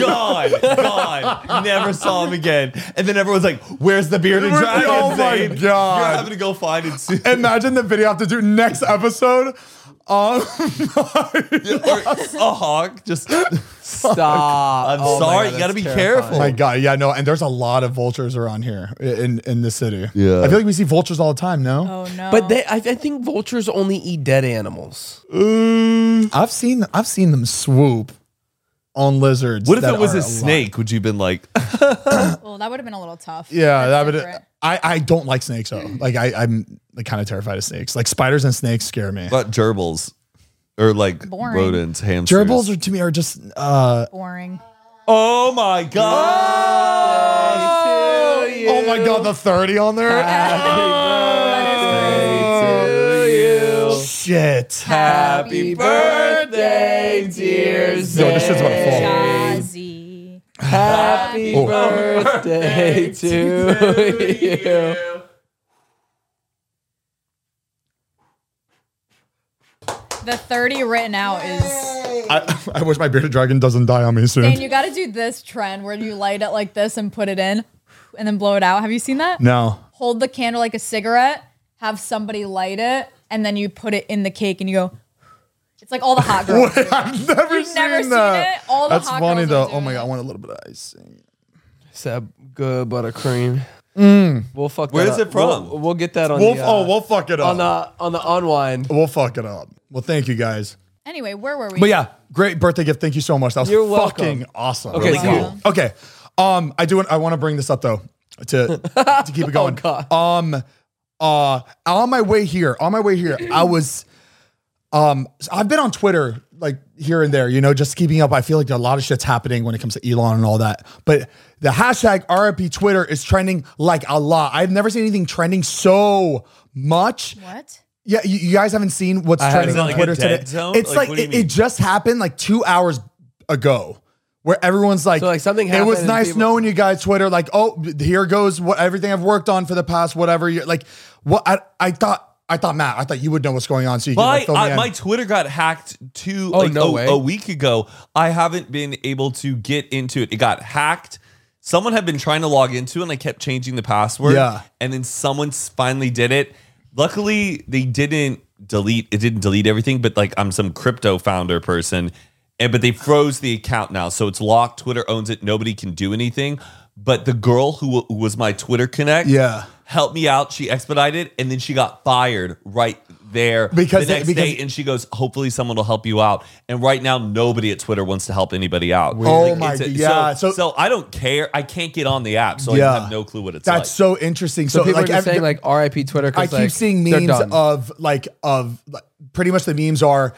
God, God, never saw him again. And then everyone's like, "Where's the bearded Oh dragon?" my Zane? God. You're having to go find it soon. [laughs] Imagine the video I have to do next episode. Um, or a hawk. [laughs] Just Stop. I'm Oh my sorry, God, you got to that's be terrifying. careful. Oh my God, yeah, no, and there's a lot of vultures around here in in the city. Yeah, I feel like we see vultures all the time. No, Oh no. But they, I, I think vultures only eat dead animals. I've seen I've seen them swoop on lizards. what if that it was are a alive. snake? Would you have been like, well, Oh, that would have been a little tough. Yeah, that would. different. I I don't like snakes though. Like I I'm like kind of terrified of snakes. Like spiders and snakes scare me. about gerbils or like Boring. rodents, hamsters? Gerbils are to me are just uh boring. Oh my god! oh my god the thirty on there. Oh, Shit. Happy birthday, dear Yo, this shit's about to fall. Jazzy. Happy Oh. birthday to you. The 30 written out is I, I wish my bearded dragon doesn't die on me soon. and you gotta do this trend where you light it like this and put it in and then blow it out. Have you seen that? no. [laughs] Hold the candle like a cigarette, have somebody light it, and then you put it in the cake and you go [sighs] It's like all the [laughs] hot girls. do it. I've never You've seen never seen that. it? All the That's hot funny girls though. are Oh my doing god, I it. want a little bit of icing. Sab good buttercream. We'll fuck. Where that is up. it from? We'll, we'll get that on We'll, the. oh, uh, we'll fuck it on up. the on the unwind. We'll fuck it up. Well, thank you guys. Anyway, where were we? But yeah, great birthday gift. Thank you so much. That was You're welcome. fucking awesome. Okay, Really so you- cool. Okay. Um, I do. I want to bring this up though to to [laughs] keep it going. Oh, God. Um, uh, on my way here, on my way here, I was, um, so I've been on Twitter like here and there, you know, just keeping up. I feel like a lot of shit's happening when it comes to Elon and all that. But the hashtag RIP Twitter is trending like a lot. I've never seen anything trending so much. What? Yeah, you, you guys haven't seen what's trending haven't. on Is it like Twitter a today. dead zone? It's Like, like, what do you it, it mean? just happened like two hours ago, where everyone's like, So, like, something It was happened and nice people- knowing you guys, Twitter. Like, oh, here goes what everything I've worked on for the past whatever year. Like, what I I thought. I thought Matt, I thought you would know what's going on, so you can My like, fill me Oh, I, in. my Twitter got hacked two like no a, way. a week ago. I haven't been able to get into it. It got hacked. Someone had been trying to log into, it and I kept changing the password. Yeah. and then someone s- finally did it. Luckily, they didn't delete. It didn't delete everything, but like I'm some crypto founder person, and but they froze the account now, so it's locked. Twitter owns it. Nobody can do anything. But the girl who, wa- who was my Twitter connect, Yeah. helped me out. She expedited, and then she got fired right there Because the they- next because- day, and she goes, "Hopefully, someone will help you out." And right now, nobody at Twitter wants to help anybody out. Oh my it's a- God, yeah, So, so- so, I don't care. I can't get on the app, so I Yeah. have no clue what it's That's like. so interesting. So, So, people like, are just every- saying like R.I.P. Twitter. I 'cause, keep like, seeing they're memes done. of like of like, pretty much the memes are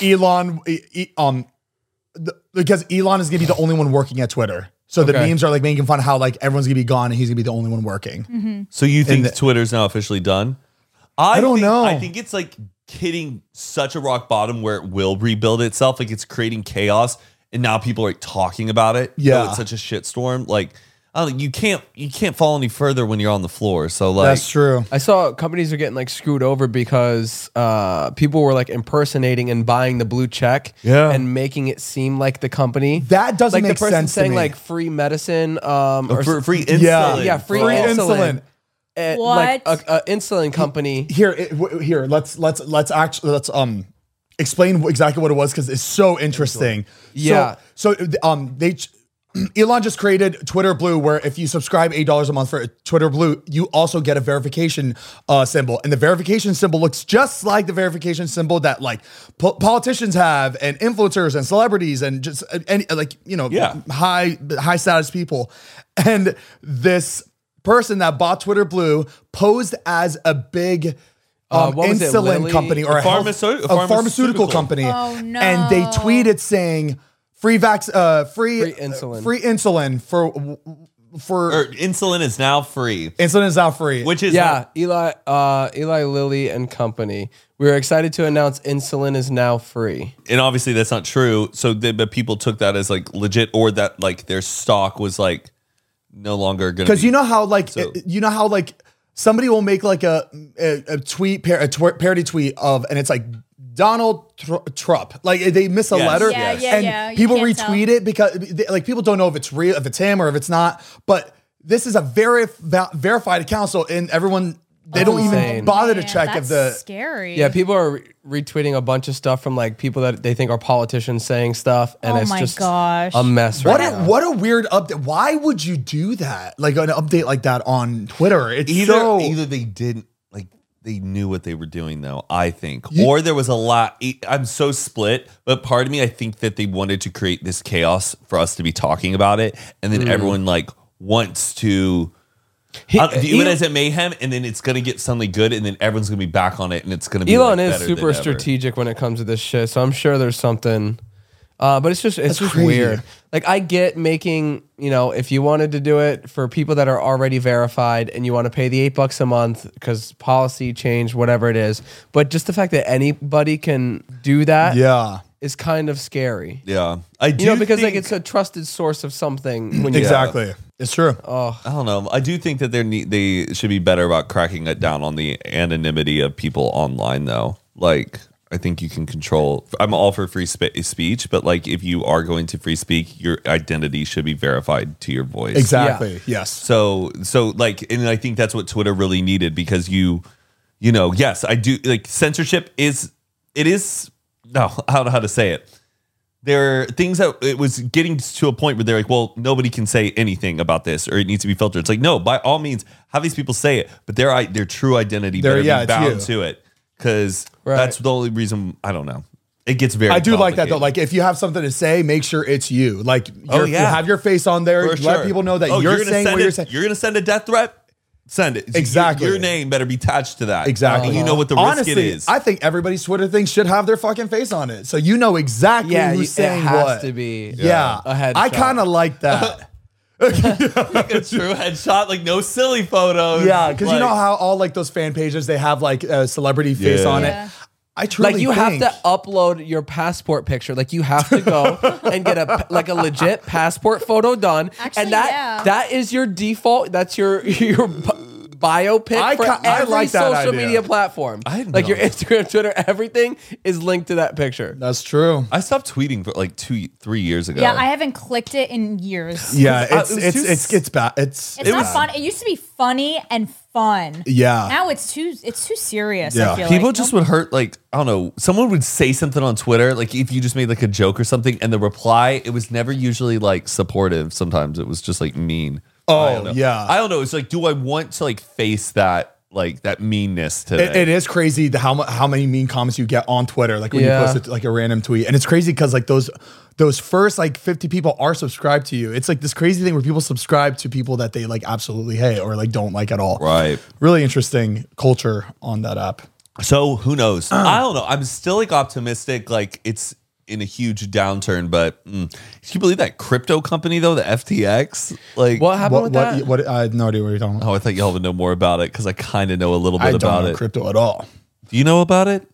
Elon, e- e- um, the, because Elon is gonna be the only one working at Twitter. So the Okay. memes are like making fun of how like everyone's gonna be gone and he's gonna be the only one working. Mhm. So you think Twitter's now officially done? I, don't think- know. I think it's like hitting such a rock bottom where it will rebuild itself. Like it's creating chaos, and now people are like, talking about it. though Yeah. it's such a shitstorm. Like I don't, you can't you can't fall any further when you're on the floor. So like That's true. I saw companies are getting like screwed over because uh, people were like impersonating and buying the blue check Yeah. and making it seem like the company. That doesn't like make the person sense to saying me. Oh, like free medicine um, or for s- free insulin. Yeah. yeah free, bro. insulin. insulin. And, like What? a, a insulin company. Here, it, w- here, let's let's let's actually let's um explain wh- exactly what it was because it's so interesting. Yeah. So, so um, they. ch- [clears throat] Elon just created Twitter Blue, where if you subscribe eight dollars a month for Twitter Blue, you also get a verification uh, symbol, and the verification symbol looks just like the verification symbol that like po- politicians have, and influencers, and celebrities, and just uh, any like you know Yeah. high high status people. And this person that bought Twitter Blue posed as a big Uh, um, what was it, insulin Lilly? company or A a, health- pharmaceu- a a pharmaceutical, pharmaceutical. company. Oh, no. And they tweeted saying free vax uh free, Free insulin. free insulin for for Or insulin is now free, insulin is not free. Er, which is Yeah, Eli, uh, Eli Lilly and company. We are excited to announce insulin is now free. and obviously that's not true. So, they, but people took that as like legit, or that like their stock was like no longer going to because you know how like So- it- you know how like somebody will make like a a, a tweet par- a twer- parody tweet of and it's like Donald Tr- Trump like eh, they miss a Yes. letter Yeah, yeah, and yeah. You people can't tell. retweet it because they, like people don't know if it's real if it's him or if it's not but this is a very va- verified account so and everyone they don't insane. even bother to Man, check if that's the scary. Yeah, people are re- retweeting a bunch of stuff from like people that they think are politicians saying stuff, and Oh it's my just gosh. a mess right what now. a, what a weird update why would you do that like an update like that on Twitter it's either so either they didn't like they knew what they were doing though i think or there was a lot e, i'm so split but part of me i think that they wanted to create this chaos for us to be talking about it and then everyone like wants to Hmm. He- uh, view it Elon- as a mayhem and then it's gonna get suddenly good and then everyone's gonna be back on it and it's gonna be Elon like, is better than super ever. strategic when it comes to this shit, so I'm sure there's something. Uh, but it's just it's just crazy. weird. Like I get making you know if you wanted to do it for people that are already verified and you want to pay the eight bucks a month because policy change whatever it is, but just the fact that anybody can do that is yeah kind of scary. yeah i do You know because think, like it's a trusted source of something when you exactly it's true i don't know i do think that they need they should be better about cracking it down on the anonymity of people online though like i think you can control i'm all for free spe- speech but like if you are going to free speak your identity should be verified to your voice exactly yes so so like and i think that's what twitter really needed because you you know yes i do like censorship is it is no [laughs] i don't know how to say it there are things that it was getting to a point where they're like well nobody can say anything about this or it needs to be filtered it's like no by all means have these people say it but their i- their true identity better Their- yeah, be it's bound you. to it because Right. that's the only reason i don't know it gets very I do like that complicated. though. Oh, Like if you have something to say, make sure it's you. Like you're, you yeah. have your face on there. For Let sure. people know that Oh, you're, gonna saying send what it- you're saying. You're going to send a death threat. Send it Exactly. Your, your name better be attached to that. Exactly. And Oh, you know what the Honestly, risk it is. I think everybody's Twitter thing should have their fucking face on it, so you know exactly Yeah, you- who's it saying has what. to be, yeah. a headshot. I kind of [laughs] like that. [laughs] a true headshot, like no silly photos. yeah, because you know Like, how all like those fan pages they have like a celebrity face Yeah. on Yeah. it. I truly like you think- have to upload your passport picture like you have to go and get a like a legit passport photo done Actually, and that yeah. that is your default that's your your b- biopic I for ca- I every like that social idea. media platform I know. like your instagram twitter everything is linked to that picture That's true. I stopped tweeting for like two, three years ago. Yeah, I haven't clicked it in years. Yeah, uh, it was it's it's too it's s- it's bad. It's It's not fun. It used to be funny and fun. Yeah. Now it's too it's too serious. I Yeah. feel People like. just would hurt, like, I don't know, someone would say something on Twitter, like if you just made like a joke or something, and the reply, it was never usually like supportive. Sometimes it was just like mean. I don't know. Oh, yeah. I don't know. It's like, do I want to like face that, like that meanness today? It, it is crazy the how mu- how many mean comments you get on Twitter, like when Yeah. you post it, like a random tweet, and it's crazy because like those those first like fifty people are subscribed to you. It's like this crazy thing where people subscribe to people that they like absolutely hate or like don't like at all. Right. Really interesting culture on that app. So who Uh. knows? I don't know. I'm still like optimistic. Like it's in a huge downturn, but mm. can you believe that crypto company though, the FTX? Like, What happened What, with what, that? what, I have no idea what you're talking about. oh, I thought y'all would know more about it because I kind of know a little bit I don't about know it. crypto at all. Do you know about it?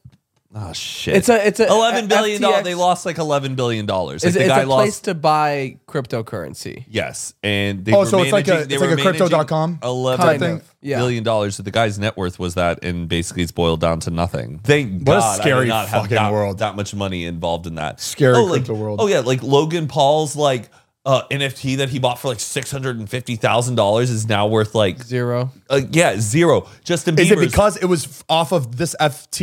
Oh shit! It's a- it's a- eleven billion FTX dollars. They lost like eleven billion dollars. Like It's, the it's guy a place lost. to buy cryptocurrency. Yes, and they Oh, were so it's like a- managing- they it's like were a crypto dot managing com eleven kind of, yeah. billion dollars. So the guy's net worth was that, and basically it's boiled down to nothing. Thank What a God, I did scary not have fucking that, world. That much money involved in that Scary oh, like, crypto world. Oh yeah, like Logan Paul's like uh, NFT that he bought for like six hundred and fifty thousand dollars is now worth like Zero. uh, yeah zero. Justin Bieber's Is it because it was f- off of this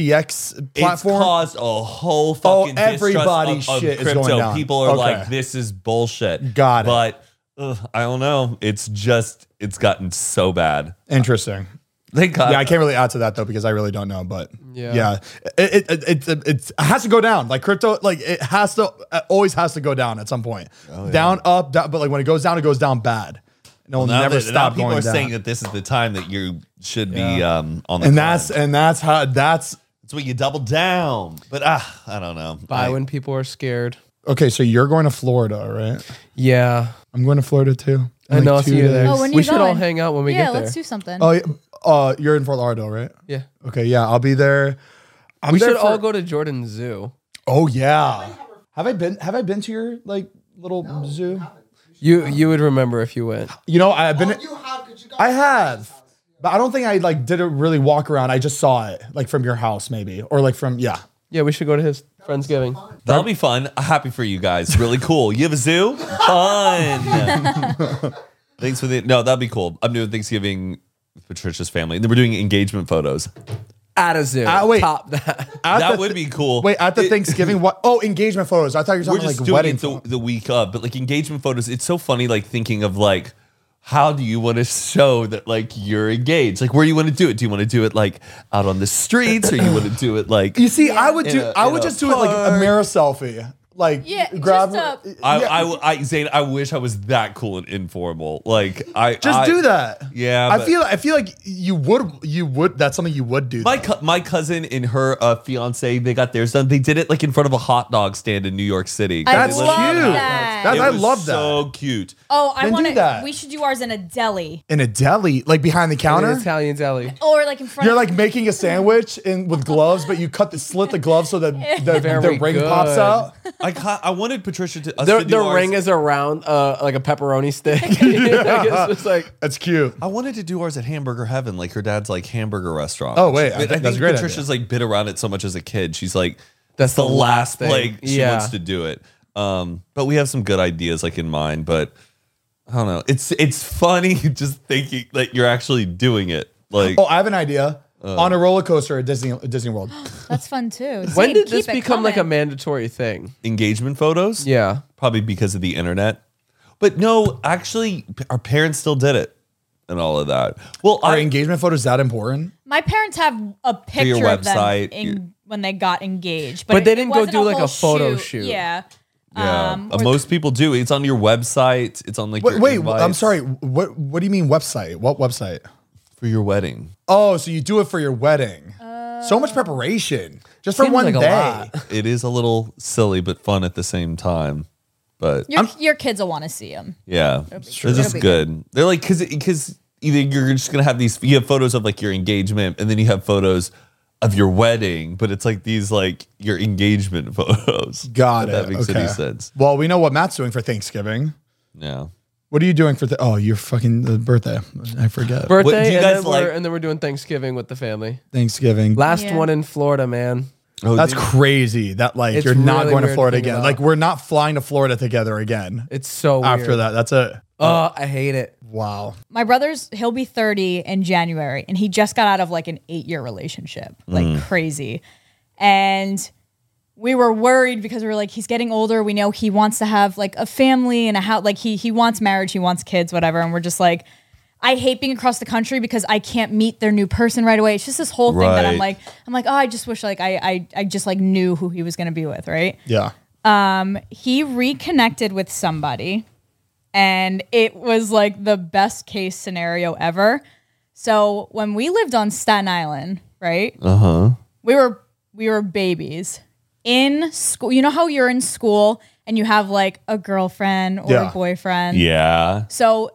FTX platform? Oh, It's caused a whole fucking everybody distrust of, of shit is crypto. going down. People are Okay. like, this is bullshit. Got it. But ugh, I don't know. It's just it's gotten so bad. Interesting. Thank God. Yeah, I can't really add to that though because I really don't know. But Yeah. yeah, it it, it, it, it has to go down. Like crypto, like it has to it always has to go down at some point. Oh, Down, up, down. But like when it goes down, it goes down bad. And it will Now never that- now stop people going are down. saying that this is the time that you should be um, on the climb. and that's and that's how that's that's what you double down. But ah, I don't know. Buy I- when people are scared. okay. So you're going to Florida, right? Yeah. I'm going to Florida too. I know, I'll see you there. Oh, when we you should all going? hang out when we yeah, get there. let's do something. Oh, yeah, uh, you're in Fort Lauderdale, right? yeah. Okay, yeah, I'll be there. I'm we there should all for- go to Jordan Zoo. Oh yeah. Have I been? Have I been to your like little zoo? You you would remember if you went. You know, I've been. I have, but I don't think I like did a really walk around. I just saw it like from your house, maybe, or like from yeah. Yeah, we should go to his Friendsgiving. That'll be fun. Happy for you guys. Really cool. You have a zoo? Fun. [laughs] Thanks for the no. That'd be cool. I'm doing Thanksgiving with Patricia's family, and then we're doing engagement photos. At a zoo. Ah, wait. Top that. At that the- would be cool. Wait, at the Thanksgiving, what? Oh, engagement photos. I thought you were we're talking just like doing wedding. it the, photos. the week of, but like engagement photos. It's so funny, like thinking of like how do you want to show that like you're engaged? Like where do you want to do it? Do you want to do it like out on the streets, or you want to do it like? [laughs] you see, I would In do. a- I in would a just do it like a park. mirror selfie. Like Yeah, grab. just uh, a- I, yeah, I, I, Zane, I wish I was that cool and informal. Like I just I- do that. Yeah, I but- feel. I feel like you would. You would. That's something you would do. My though. co- my cousin and her uh, fiance, they got theirs done. They did it like in front of a hot dog stand in New York City. I That's They lived in love a cute. hot that. dog. That's- I It was love that. So cute. oh, I Then do want to. that. We should do ours in a deli in a deli, like behind the An counter. Italian deli. or like in front. You're of like making a sandwich and with gloves, but you cut the slit the glove so that the, the Very ring good. pops out. I ca- I wanted Patricia to us The, to do the ours. ring is around uh, like a pepperoni stick. [laughs] Like, it's just like That's cute. I wanted to do ours at Hamburger Heaven, like her dad's like hamburger restaurant. Oh, wait, I think that's a great Patricia's like bit around it so much as a kid. She's like, That's that's the, the last last thing. like she Yeah. wants to do it. Um, but we have some good ideas like in mind. But I don't know. It's it's funny [laughs] just thinking that you're actually doing it. Like Oh, I have an idea. Uh. On a roller coaster at Disney at Disney World. That's fun too. when Zane, did this keep it become like a coming. mandatory thing? engagement photos. Yeah. probably because of the internet. But no, actually, p- our parents still did it and all of that. Well, Are I engagement photos that important? My parents have a picture your of them website, in, your- when they got engaged, But they it- it didn't go wasn't do, like, a whole photo shoot. Yeah. yeah, um, Uh, or- most people do. It's on your website. It's on like Wait, your wait I'm invites sorry. What what do you mean website? What website? for your wedding. Oh, so you do it for your wedding. so much preparation just for Seems one like a day. lot. It is a little silly but fun at the same time. But Your, your kids will want to see them. yeah, Sure. they're just It'll be good. They're like because because either you're just gonna have these you have photos of like your engagement and then you have photos of your wedding, but it's like these like your engagement [laughs] photos. Got If it. That makes okay. any sense? Well, we know what Matt's doing for Thanksgiving. Yeah. What are you doing for? Th- oh, your fucking the birthday. I forget. Birthday, do you and, guys then we're, like- and then we're doing Thanksgiving with the family. Thanksgiving. Last Yeah. one in Florida, man. Oh, That's they- crazy. That like It's you're not really going to weird Florida to think again. about. Like we're not flying to Florida together again. It's so weird. After that, that's a Oh, I hate it. wow. My brother's he'll be 30 in January and he just got out of like an 8-year relationship. Like crazy. And we were worried because we were like he's getting older, we know he wants to have like a family and a house like he he wants marriage, he wants kids, whatever and we're just like I hate being across the country because I can't meet their new person right away. It's just this whole thing that I'm Right. like I'm like, "Oh, I just wish like I I I just like knew who he was going to be with, right?" Yeah. he reconnected with somebody and it was like the best case scenario ever. So when we lived on Staten Island, right? Uh-huh. we were we were babies in school. You know how you're in school and you have like a girlfriend or Yeah. a boyfriend. Yeah. So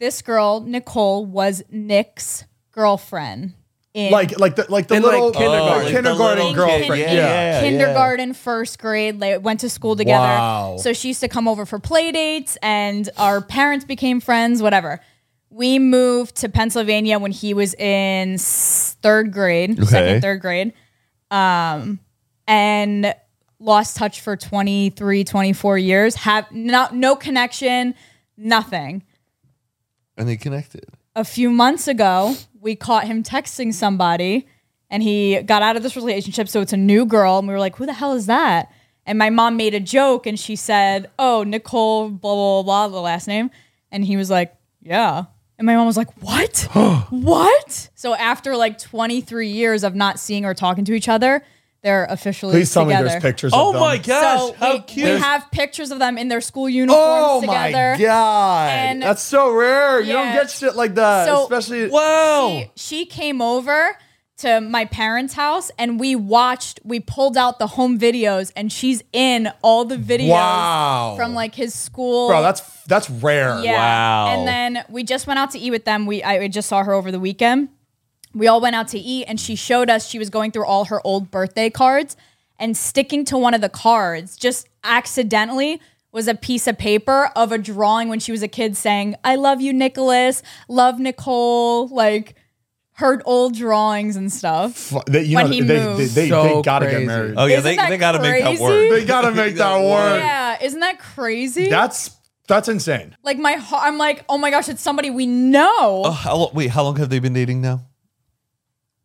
this girl Nicole was Nick's girlfriend in Like like the Oh, like the In, like, little kindergarten. kindergarten in girlfriend. kin- yeah. in yeah, kindergarten, first grade, they went to school together. Wow. So she used to come over for play dates, and our parents became friends. Whatever. We moved to Pennsylvania when he was in s- third grade, Okay. second third grade, um, and lost touch for 23, 24 years. Have not no connection, nothing. And they connected. A few months ago, we caught him texting somebody and he got out of this relationship. So it's a new girl. And we were like, who the hell is that? And my mom made a joke and she said, oh, Nicole, blah, blah, blah, blah, the last name. And he was like, yeah. And my mom was like, [gasps] what? what? So after like 23 years of not seeing or talking to each other, they're officially Please tell together. me there's pictures Oh of them. my gosh, So how we, cute. we have pictures of them in their school uniforms Oh together. my god. And- That's so rare. You don't Yeah. get shit like that. So- especially wow. she, she came over to my parents' house and we watched, we pulled out the home videos and she's in all the videos Wow. from like his school. Bro, that's that's rare. yeah. wow. And then we just went out to eat with them. We I just saw her over the weekend. We all went out to eat and she showed us she was going through all her old birthday cards and sticking to one of the cards just accidentally was a piece of paper of a drawing when she was a kid saying, I love you, Nicholas, love Nicole, like her old drawings and stuff. Fu- They, you When know, he they, moves. they, they, So they gotta crazy. get married. oh yeah, Isn't they, that they gotta make that crazy? work. They gotta make that work. [laughs] Yeah, isn't that crazy? That's that's insane. like my heart, I'm like, oh my gosh, it's somebody we know. Oh, how, lo- wait, how long have they been dating now?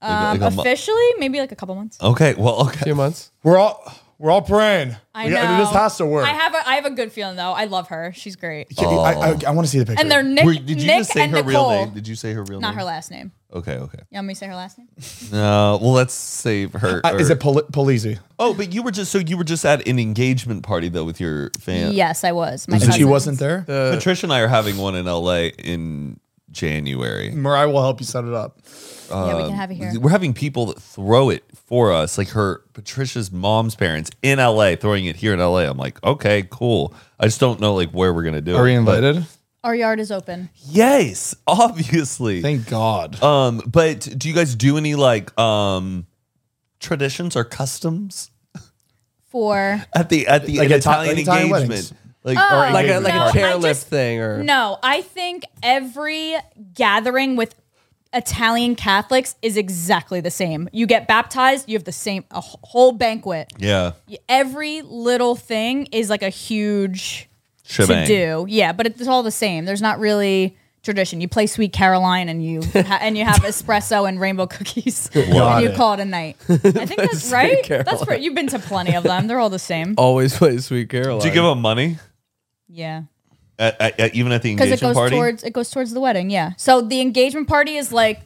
Like, um, like a mo- officially, maybe like a couple months. okay, well, okay. Two months. We're all we're all praying. I We know. got- This has to work. I have a I have a good feeling though. I love her. She's great. Can- I, want to see the picture. And they're Nick. Were- did you Nick just say and her Nicole. real name? Did you say her real Not her name? last name. Okay, okay. You want me to say her last name? No, well, let's save her. Uh, is or- it Pol- Polizzi? Oh, but you were just so you were just at an engagement party though with your fan. Yes, I was. My And she cousin's. wasn't there. Patricia and I are having one in LA in January. Mariah will help you set it up. Yeah, um, we can have it here. We're having people that throw it for us, like her Patricia's mom's parents in LA throwing it here in LA. I'm like, okay, cool. I just don't know like where we're gonna do it. but- Our yard is open. yes, [laughs] obviously. Thank God. um, but do you guys do any like um traditions or customs For at the at the Like an Ita- Italian, like Italian engagement? weddings. Like Oh, Like a like No, a I chairlift just- thing or no, I think every gathering with Italian Catholics is exactly the same. You get baptized, you have the same a wh- whole banquet. yeah, Every little thing is like a huge shebang. to do. Yeah, but it's all the same. There's not really tradition. You play Sweet Caroline and you ha- and you [laughs] have espresso and rainbow cookies. and you call it a night. I think that's right. That's for, you've been to plenty of them. They're all the [laughs] same. Oh. always play Sweet Caroline. Do you give them money? Yeah. At, at, at- even at the Because engagement it goes party? towards it goes towards the wedding, yeah. So the engagement party is like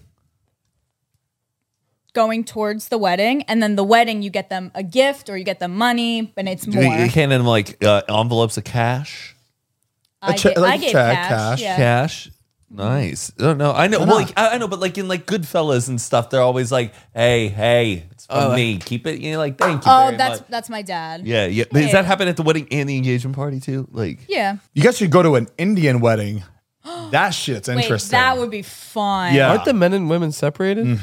going towards the wedding, and then the wedding you get them a gift or you get them money, and it's Do more. they- they hand them like uh, envelopes of cash? I check- get, like I get check, cash. cash. yeah. Cash? Nice. Oh no, I know. Well, like I, I know, but like in like Goodfellas and stuff, they're always like, "Hey, hey, it's for Oh, me. Keep it." You know, like thank you. Oh, very that's much." that's my dad. yeah, yeah. But Does Yeah. that happen at the wedding and the engagement party too? Like, Yeah. You guys should go to an [gasps] Indian wedding. That shit's Wait, interesting. that would be fun. Yeah. Aren't the men and women separated?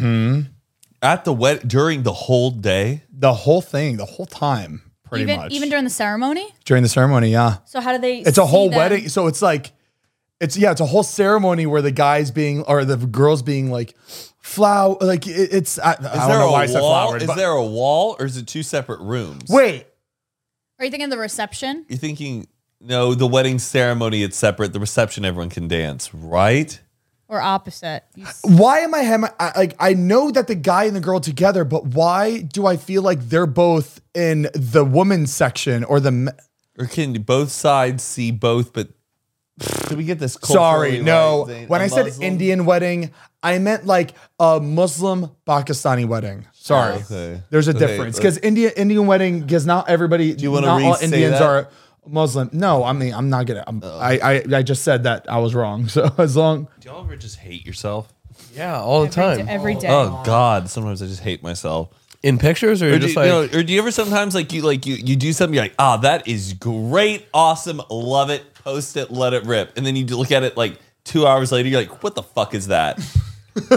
at the wed during the whole day. the whole thing, the whole time, pretty even much. even during the ceremony. during the ceremony, yeah. So how do they? It's a see whole them? wedding. So it's like, it's yeah, it's a whole ceremony where the guys being or the girls being like flower. Like it, it's I, I Is don't there know a why I wall? said flowered. is but- there a wall, or is it two separate rooms? wait? Are you thinking the reception? you're thinking. No, the wedding ceremony it's separate. The reception everyone can dance, right? Or opposite? You s- Why am I, am I I- like I know that the guy and the girl together, but why do I feel like they're both in the woman's section or the? Me- Or can both sides see both? But did we get this? Sorry, culturally no. right? They- when a I said Muslim? Indian wedding, I meant like a Muslim Pakistani wedding. Sorry, Oh, Okay. there's a Okay, difference but- because Indian Indian wedding because not everybody. Do you wanna not all re-say Indians that? Oh. are Muslim? No, I mean I'm not gonna. I'm, I, I I just said that I was wrong. [laughs] So as long Do y'all ever just hate yourself? Yeah, all the every time. day- every day. Oh God! Sometimes I just hate myself. in pictures, or, Or you're do, just you, like no, or do you ever sometimes like you like you you do something you're like ah that is great awesome love it post it let it rip and then you look at it like two hours later you're like what the fuck is that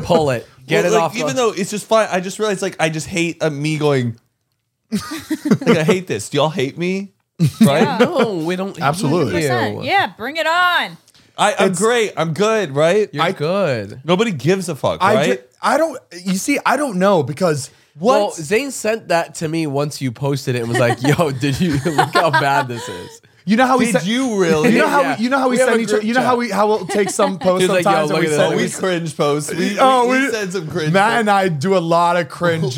pull it, get Well, it like, off. even though it's just fine I just realized like I just hate uh, me [laughs] going like I hate this do y'all hate me right no, we don't. hate Absolutely. you. Percent. Yeah, bring it on. I, I'm great I'm good right You're good. nobody gives a fuck I, right ju- I don't. You see, I don't know because what Well, Zane sent that to me once you posted it and was [laughs] like, "Yo, did you look how bad this is?" you know how we did send- [laughs] you really You know how Yeah. we, you know how we, We have send a each other. group You know chat. how we how we'll take some posts He's like, sometimes and "Yo, look we at send. this. we we- cringe posts we, oh, we, we, we send some cringe Matt posts. and I do a lot of cringe.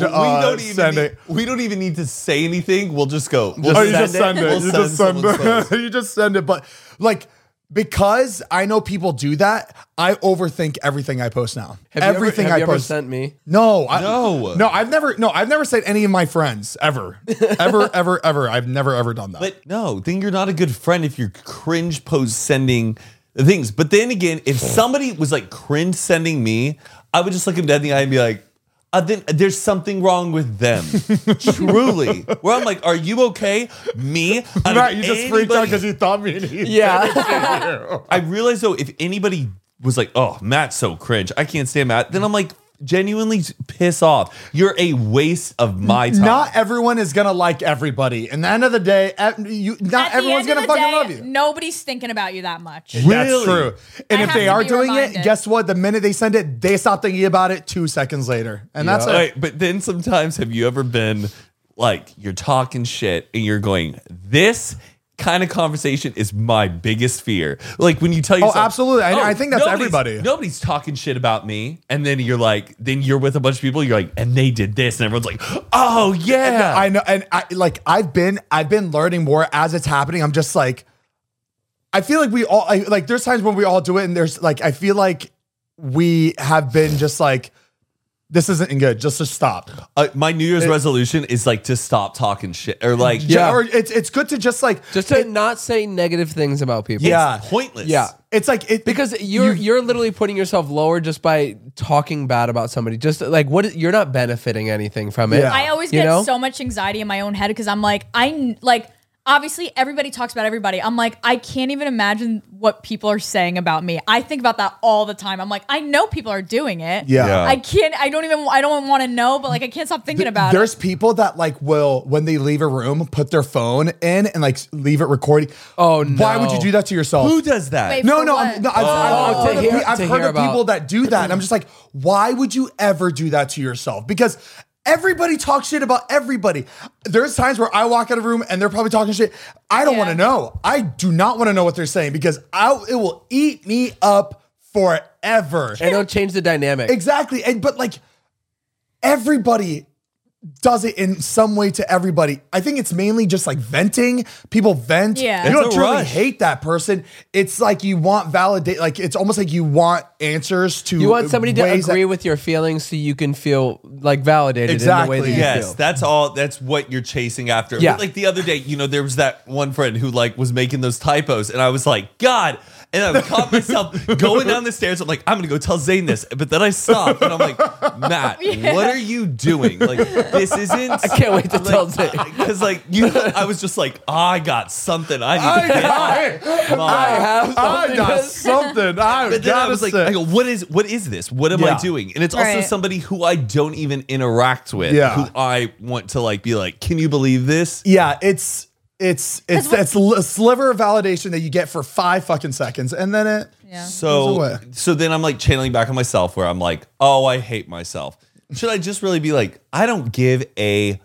[laughs] we uh, don't even sending. need, we don't even need to say anything. We'll just go. We'll oh, you just send send it. it. We'll you just send send someone's it. [laughs] you just send it. But like because I know people do that, I overthink everything I post now. Have everything you ever, have I you ever post. sent me. no, I, No. no. I've never. No, I've never said any of my friends ever, ever, ever, ever. I've never ever done that. But no, then you're not a good friend if you're cringe post sending things. But then again, if Hmm. somebody was like cringe sending me, I would just look him dead in the eye and be like, uh, then there's something wrong with [laughs] them. Truly. Where I'm like, are you okay? Me? Out of Matt, you just freaked anybody- out because you thought me and he. [laughs] Yeah, I realize though, if anybody was like, "Oh, Matt's so cringe, I can't stand Matt," then I'm like, genuinely piss off. You're a waste of my time. Not everyone is gonna like everybody. In the end of the day, ev- you, At not the everyone's end of the gonna fucking day, love you. Nobody's thinking about you that much. Really? That's true. And I if have they to are be doing reminded. it, guess what? The minute they send it, they stop thinking about it two seconds later, and that's All it. right, but then sometimes have you ever been like you're talking shit and you're going, "This kind of conversation is my biggest fear." Like when you tell yourself, Oh, "Oh, absolutely. I- I think that's nobody's- everybody." Nobody's talking shit about me, and then you're like, then you're with a bunch of people, you're like, and they did this, and everyone's like, "Oh yeah." I know, and I like I've been I've been learning more as it's happening. I'm just like, I feel like we all I, like. There's times when we all do it, and there's like I feel like we have been just like, this isn't good. Just to stop. Uh, my New Year's resolution is like to stop talking shit or like Yeah. Or it's it's good to just like just to not say negative things about people. yeah. it's pointless. yeah. It's like it Because you're you're literally putting yourself lower just by talking bad about somebody. Just like what is- you're not benefiting anything from it. Yeah. I always You get know? so much anxiety in my own head because I'm like, I kn- like obviously everybody talks about everybody. I'm like, I can't even imagine what people are saying about me. I think about that all the time. I'm like, I know people are doing it. Yeah. Yeah. I can't. I don't even. I don't want to know, but like, I can't stop thinking about There's it. people that like will when they leave a room put their phone in and like leave it recording. Oh, Why no. would you do that to yourself? Who does that? Wait, no, For no, what? I'm, no. I've, I've, Oh. I've heard, To of, hear- pe- I've to heard hear of people about. that do that. And I'm just like, why would you ever do that to yourself? Because everybody talks shit about everybody. There's times where I walk out of a room and they're probably talking shit. I don't Yeah. want to know. I do not want to know what they're saying because I, it will eat me up forever. And it'll change the dynamic. Exactly. And but like everybody does it in some way to everybody. I think it's mainly just like venting. People vent. Yeah. You It's don't a truly rush. hate that person. It's like you want validate like it's almost like you want answers to you want somebody to ways that- agree with your feelings so you can feel like validated in the way Exactly. that you Yes, feel. that's all. That's what you're chasing after. Yeah. But, like the other day, you know, there was that one friend who like was making those typos, and I was like, God. And I caught [laughs] myself going down the stairs. I'm like, I'm gonna go tell Zane this, but then I stopped, and I'm like, [laughs] Matt, what are you doing? Like, this isn't. I can't wait to tell Zane. because like you, I was just like, I got something. I need to get I, my- [laughs] have I got [laughs] something. I but then I was like, I go, what is what is this? What am I Yeah. doing? And it's also Right. somebody who I don't even interact with. Yeah. Who I want to like be like, can you believe this? yeah, it's it's it's what- that's a sliver of validation that you get for five fucking seconds, and then it. Yeah. Goes So away. so then I'm like channeling back on myself where I'm like, oh, I hate myself. Should I just really be like, I don't give a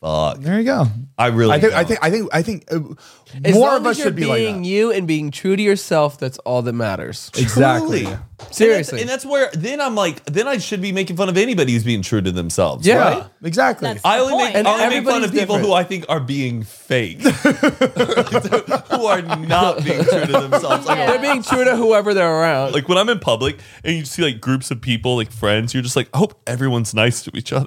fuck. There you go. I really I think, I don't. think I think I think uh, As more long of as us you're should be like being that. you and being true to yourself. That's all that matters. Exactly. Truly. Seriously. And that's, and that's where then I'm like, then I should be making fun of anybody who's being true to themselves. Yeah. right? Yeah, exactly. That's- I only make, And I only make fun everybody's of people different. who I think are being [laughs] fake, who are not being true to themselves. I go, Yeah. They're being true to whoever they're around. Like when I'm in public and you see like groups of people, like friends, you're just like, I hope everyone's nice to each other.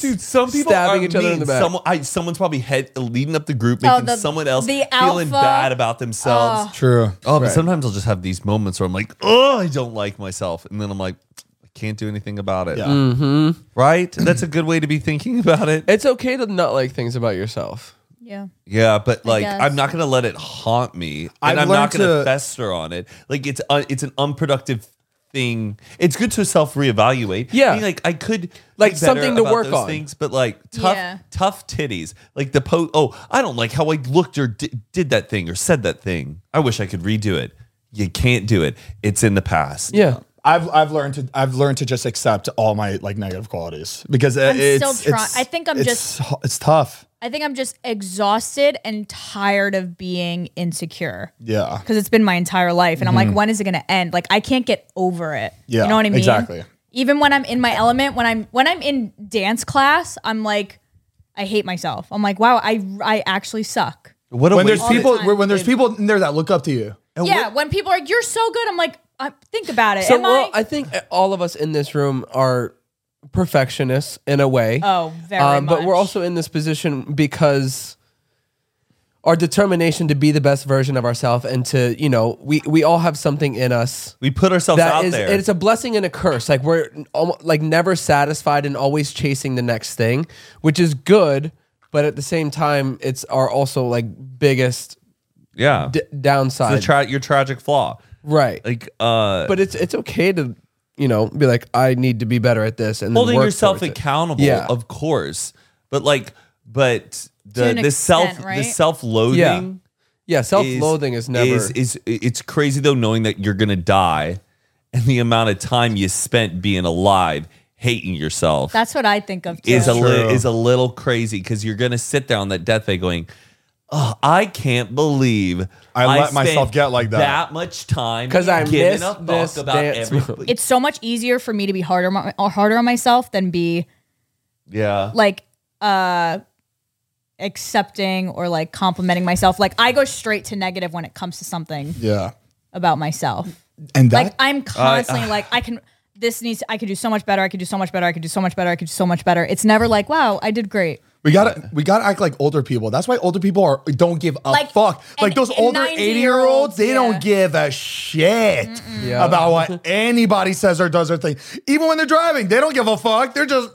[laughs] Dude, some people stabbing are each other in mean. the back. Oh, Someone, I, someone's probably head leading up the group, making the- someone else the feeling alpha. bad about themselves. True. Oh, but sometimes I'll just have these moments where I'm like, oh, I don't like myself, and then I'm like, I Can't do anything about it. Mm-hmm. Right? That's a good way to be thinking about it. It's okay to not like things about yourself. Yeah. Yeah, but like guess. I'm not gonna let it haunt me, and i I've am not learned gonna to- fester on it. Like it's uh, it's an unproductive thing. It's good to self reevaluate. Yeah. like I could be Like, better something to about work those on. Things, but like tough Yeah. tough titties. Like the po. Oh, I don't like how I looked or di- did that thing or said that thing. I wish I could redo it. You can't do it. It's in the past. Yeah. I've I've learned to I've learned to just accept all my like negative qualities because Uh, i- I'm still it's, try- it's- I think I'm it's just- h- it's tough. I think I'm just exhausted and tired of being insecure. Yeah, because it's been my entire life. And I'm like, when is it going to end? Like, I can't get over it. Yeah, you know what I mean? exactly. Even when I'm in my element, when I'm when I'm in dance class, I'm like, I hate myself. I'm like, wow, I I actually suck. What a when waste there's of- people time, when there's people in there that look up to you. yeah, when people are like, you're so good, I'm like, I, think about it. So Am well, I? I think all of us in this room are perfectionists in a way. oh, very Um, but we're much. also in this position because our determination to be the best version of ourselves and to, you know, we, we all have something in us we put ourselves that out is there. it's a blessing and a curse like we're almost, like never satisfied and always chasing the next thing which is good but at the same time it's our also like biggest yeah, d- the downside tra- your tragic flaw. right Like uh, but it's it's okay to you know be like i need to be better at this and then holding work yourself towards it. accountable, Yeah. of course. But like, but To the an the self extent, the right? self yeah loathing yeah self-loathing is, never is, is it's crazy though knowing that you're gonna die and the amount of time you spent being alive hating yourself That's what I think of too. is a True. li- is a little crazy because you're gonna sit there on that deathbed going. Oh, I can't believe I let myself spent get like that." That much time 'Cause I giving missed a fuck this about dance [laughs] move. everything. it's so much easier for me to be harder mo- or harder on myself than be Yeah, like uh accepting or like complimenting myself. Like I go straight to negative when it comes to something Yeah, about myself. and that uh, Like I'm constantly like I can this needs I could do so much better. I could do so much better. I could do so much better. I could do so much better. It's never like wow I did great. we gotta we gotta act like older people. That's why older people are don't give a Like, fuck. Like and- those and older 90 eighty year olds, they yeah. don't give a shit Yeah. about what anybody says or does or thing. Even when they're driving, they don't give a fuck. They're just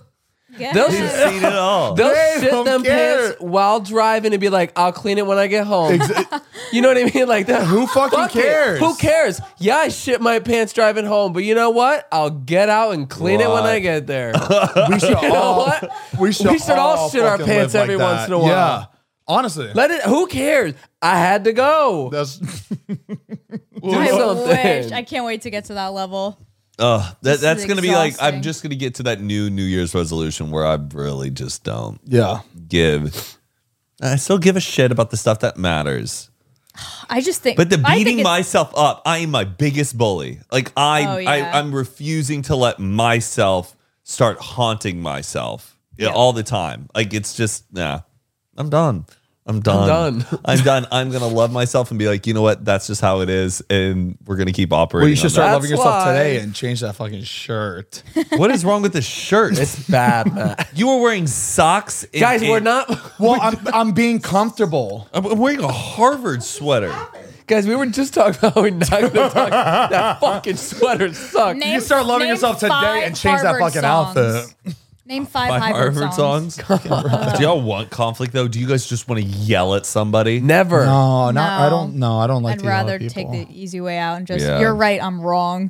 Yeah. They'll You've seen it all. They'll They shit don't them care. pants while driving and be like, "I'll clean it when I get home." [laughs] you know what I mean? Like that. Who fucking it. cares? Who cares? Yeah, I shit my pants driving home, but you know what? I'll get out and clean it when I Right. get there. [laughs] we should [laughs] You know all what? we should, We should all shit our fucking live pants every that. once in a while. Yeah, honestly, Let it. Who cares? I had to go. that's I something. wish I [laughs] can't wait to get to that level. Ugh, Uh, that, that's is going to be like, I'm exhausting. just going to get to that new New Year's resolution where I really just don't yeah. give. I still give a shit about the stuff that matters. I just think But the I think beating it's- myself up, I am my biggest bully. Like, I, Oh, yeah. I, I'm refusing to let myself start haunting myself yeah, all the time. Like, it's just, nah, I'm done. I'm done. done. [laughs] I'm done. I'm gonna love myself and be like, you know what? That's just how it is, and we're gonna keep operating. Well, you should on start That's loving yourself why- today and change that fucking shirt. [laughs] that. What is wrong with this shirt? It's bad, man. You were wearing socks, and- Guys, and- we're not. [laughs] [laughs] Well, I'm, I'm being comfortable. I'm I'm wearing a Harvard sweater. Guys, we were just talking about how we're not going to talk. [laughs] That fucking sweater sucks. name- You start loving name yourself today five and change that Harvard fucking songs. outfit. Name five My Harvard, Harvard songs. songs. [laughs] Do y'all want conflict though? Do you guys just want to yell at somebody? Never. [laughs] No, not I No. don't. No, I don't like. I'd to yell at rather take people. the easy way out and just Yeah. you're right. I'm wrong.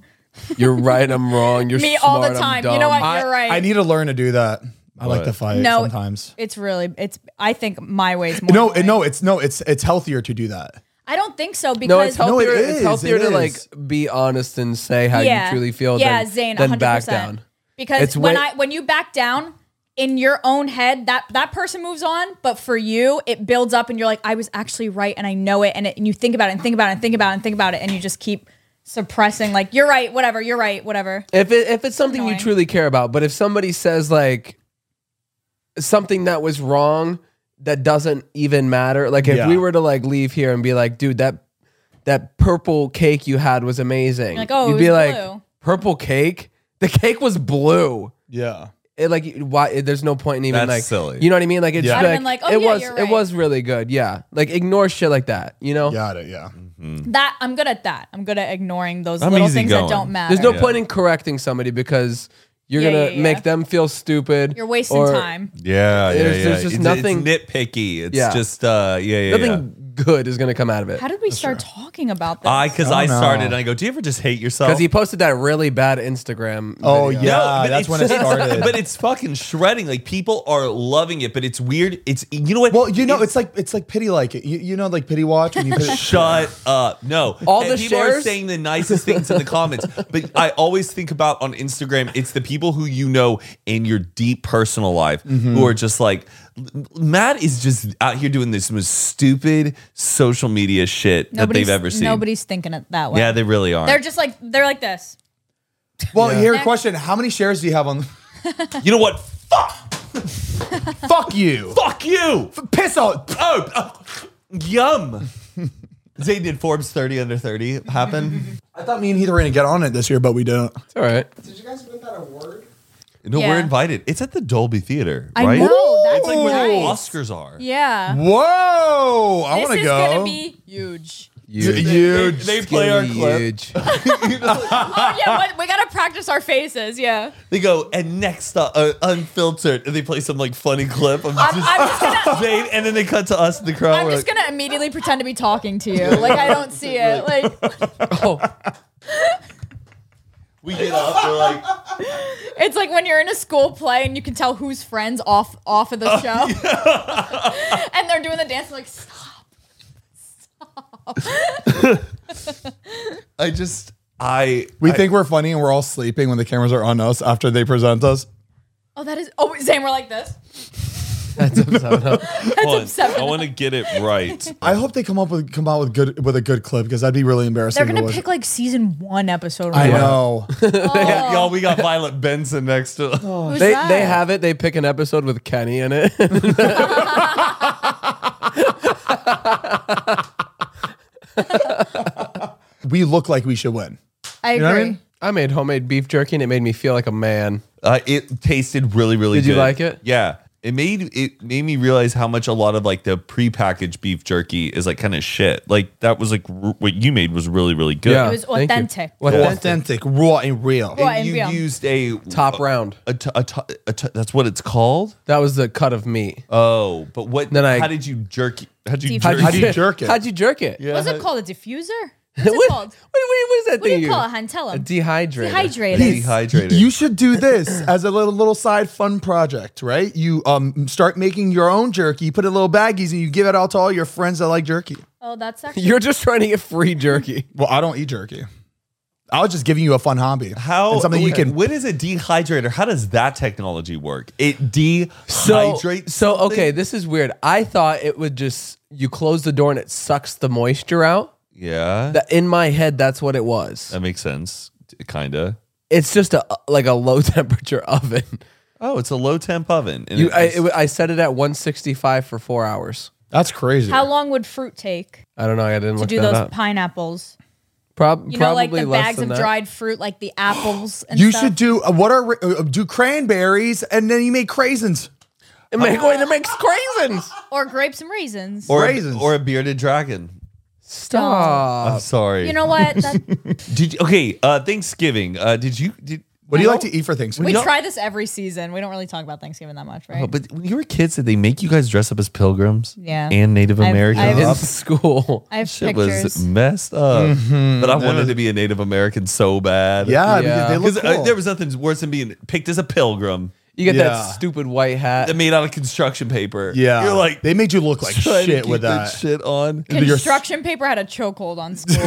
You're right. I'm wrong. You're [laughs] Me all the smart, I'm time. You know dumb. what? You're right. I need to learn to do that. I like What? to fight No. sometimes. it's really it's. I think my way's more. No, the way. no, it's no, it's it's healthier to do that. I don't think so because No, it's healthier. it it's is, healthier it to like is. be honest and say how you truly feel. Yeah, than, Zane, than 100%. back down. Because It's when way- I when you back down in your own head, that that person moves on, but for you, it builds up, and you're like, I was actually right, and I know it, and, it, and you think about it, and think about it, and think about it, and think about it, and you just keep suppressing, like you're right, whatever, you're right, whatever. If it, if it's something you annoying. truly care about, but if somebody says like something that was wrong that doesn't even matter, like if Yeah. we were to like leave here and be like, dude, that that purple cake you had was amazing. Like, oh, it you'd was be blue. like, purple cake. The cake was blue. Yeah. It like why it, there's no point in even That's like silly. you know what I mean like it's Yeah. just I'd've like, been like, oh, it yeah, was you're it right. was really good yeah like ignore shit like that you know Got it. Yeah. That I'm good at that. I'm good at ignoring those I'm little easy things going. that don't matter. There's no point in correcting somebody because you're Yeah, gonna yeah, yeah. make them feel stupid. You're wasting or time. Yeah, yeah, There's- yeah. there's just it's, nothing- It's nitpicky. It's Yeah. just uh, yeah, yeah. Nothing yeah. good is gonna come out of it. How did we start talking about this? I because I, started. and I go, do you ever just hate yourself? Because he posted that really bad Instagram. Oh video. yeah, but that's [laughs] it's- when it it's- [laughs] started. but it's fucking shredding. Like people are loving it, but it's weird. It's you know what? well, you know, it's, like it's like pity like it. You, you know, like pity watch when you put [laughs] it. Shut up. No. All the people are shares? saying the nicest things in the [laughs] comments. But I always think about on Instagram, it's the people who you know in your deep personal life Mm-hmm. who are just like, Matt is just out here doing this most stupid social media shit Nobody's- that they've ever seen. Nobody's thinking it that way. yeah, they really are. They're just like they're like this. Well, here Next. question: How many shares do you have on? you know what? Fuck! [laughs] Fuck you! Fuck you! F- Piss out! Oh, oh, yum! Zay, did Forbes 30 under 30 [laughs] happen? I thought me and Heath were gonna get on it this year, but we didn't. it's all right. Did you guys win that award? No, Yeah. we're invited. It's at the Dolby Theater, I right? know, that's it's like where the nice. Oscars are. Yeah. Whoa! I this want to is go. gonna be huge. Huge. They, Huge. they play our clip. Huge. oh yeah, what, we gotta practice our faces. Yeah. They go and next uh, uh, unfiltered, and they play some like funny clip of I'm, just I'm just gonna. Zayn, and then they cut to us in the crowd. I'm We're just like, gonna immediately pretend to be talking to you. Like I don't see it. Like oh, we get up, we're like, It's like when you're in a school play and you can tell who's friends off off of the show, [laughs] and they're doing the dance like stop. I just, I, We think we're funny and we're all sleeping when the cameras are on us after they present us. Oh, that is. Oh, Zane, we're like this. that's upside down. hold on. upsetting. I want to get it [laughs] right. I hope they come up with come out with good with a good clip because that'd be really embarrassing. They're if it gonna wasn't. pick like season one episode. I know. [laughs] Oh. Y'all, we got Violet Benson next to. They they have it. They pick an episode with Kenny in it. [laughs] we look like we should win. I agree. know what I mean? I made homemade beef jerky and it made me feel like a man. Uh, it tasted really, really Did good. you like it? Yeah. It made it made me realize how much a lot of like the prepackaged beef jerky is like kind of shit. Like that was like r- what you made was really, really good. Yeah. It was Thank you. authentic. Authentic. Authentic, raw, and real. Raw. and you real. used a Top round. A t- a t- a t- that's what it's called. That was the cut of meat. Oh, but what? Then I- how did you jerk? How did you Deep jerk? How'd you jerk it? [laughs] How'd you jerk it? What's it called? A diffuser? What's What, it what, called? what- what is that What thing? do you call it? hon? Tell A 'em. dehydrator. Dehydrated. Dehydrated. You should do this as a little little side fun project, right? You um start making your own jerky, put it in little baggies, and you give it out to all your friends that like jerky. Oh, that's actually. [laughs] You're just trying to get free jerky. Well, I don't eat jerky. I was just giving you a fun hobby. how and something you wait, can What is a dehydrator? How does that technology work? It dehydrates. So something? okay, this is weird. I thought it would just you close the door and it sucks the moisture out. Yeah, that, That in my head, that's what it was. makes sense. Kinda. It's just a like a low [laughs] temperature oven. Oh, it's a low temp oven. and You, it I, just- it, I set it at 165 for four hours. That's crazy. How long would fruit take I don't know. I didn't to look do that those up. pineapples? Prob- You probably know, like the less bags than of that. dried fruit, like the apples. And you stuff? should do uh, what are uh, do cranberries and then you make craisins. It [laughs] make, wait, it makes craisins. or grapes and raisins. or a, raisins. or a bearded dragon. Stop. I'm sorry. you know what? That, did you, okay. Uh, Thanksgiving. Uh, did you did? What do you like to eat for Thanksgiving? we don't- try this every season. We don't really talk about Thanksgiving that much, right? Oh, but when you were kids, did they make you guys dress up as pilgrims? Yeah. And Native I've- Americans. I've- In school. I have Shit pictures. was messed up. But I wanted to be a Native American so bad. Mm-hmm. yeah, Yeah. because Because they look cool. uh, there was nothing worse than being picked as a pilgrim You get Yeah. that stupid white hat. that made out of construction paper. yeah, You're like, they made you look like trying to shit keep with that. shit on. Construction paper had a chokehold on school.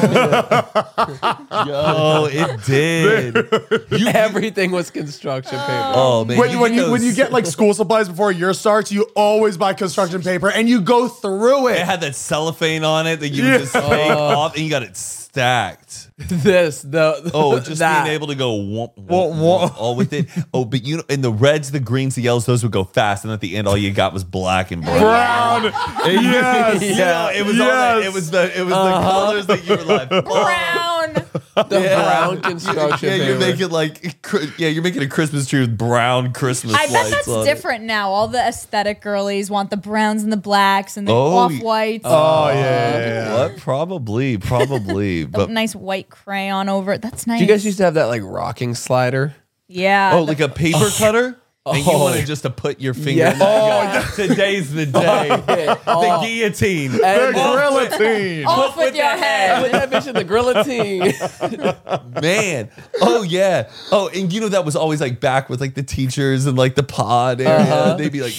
Yo, [laughs] it did. Everything was construction paper. oh, man. When, when you when you those- get like school supplies before a year starts, you always buy construction paper and you go through It it. Oh. had that cellophane on it that you would just take off and you got it stacked. This, the [laughs] Oh, just that. being able to go womp, womp, Womp, womp, womp. all with it. Oh, but you know, and the reds, the greens, the yellows, those would go fast. And at the end, all you got was black and brown. [laughs] Brown. yes. Uh-huh. [laughs] You know, it was all that. It was the it was the colors that you were like. oh. Brown. brown. The [laughs] brown construction. yeah, you're paper. making like cr- yeah, you're making a Christmas tree with brown Christmas I bet lights. that's on it. different now. All the aesthetic girlies want the browns and the blacks and the Oh, off whites. Oh yeah, yeah, yeah, yeah. What? Probably, [laughs] probably. but nice white crayon over it. That's nice. Do you guys used to have that like rocking slider? yeah. oh, like a [laughs] paper cutter. And you wanted just to put your finger in that. Oh, today's [laughs] the day. The guillotine. [laughs] And- Grillatine. off with, your head. With that bitch in the guillotine. Man. Oh yeah. Oh, and you know that was always like back with like the teachers and like the pod area. Uh-huh. They'd be like,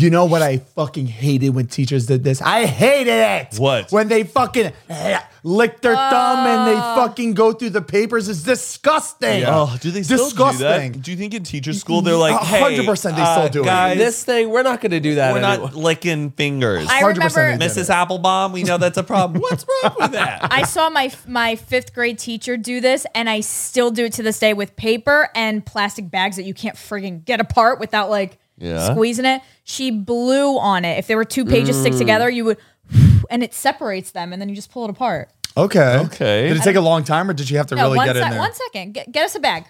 You know what I fucking hated when teachers did this? I hated it. What? When they fucking eh, lick their thumb and they Oh. fucking go through the papers. It's disgusting. Oh, do they still do disgusting. that? Do you think in teacher school they're like, A hey, hundred percent they still uh, do it. guys, this thing, we're not going to do that. we're anymore. not licking fingers. I 100% remember they did Mrs. Applebaum, we know that's a [laughs] problem. What's wrong with that? I saw my my fifth grade teacher do this, and I still do it to this day with paper and plastic bags that you can't friggin' get apart without like Yeah. squeezing it. She blew on it. If there were two pages stick together, you would, and it separates them, and then you just pull it apart. Okay. Okay. Did it take a long time or did you have to No, really one, get in sec- there? one second. Get, get us a bag.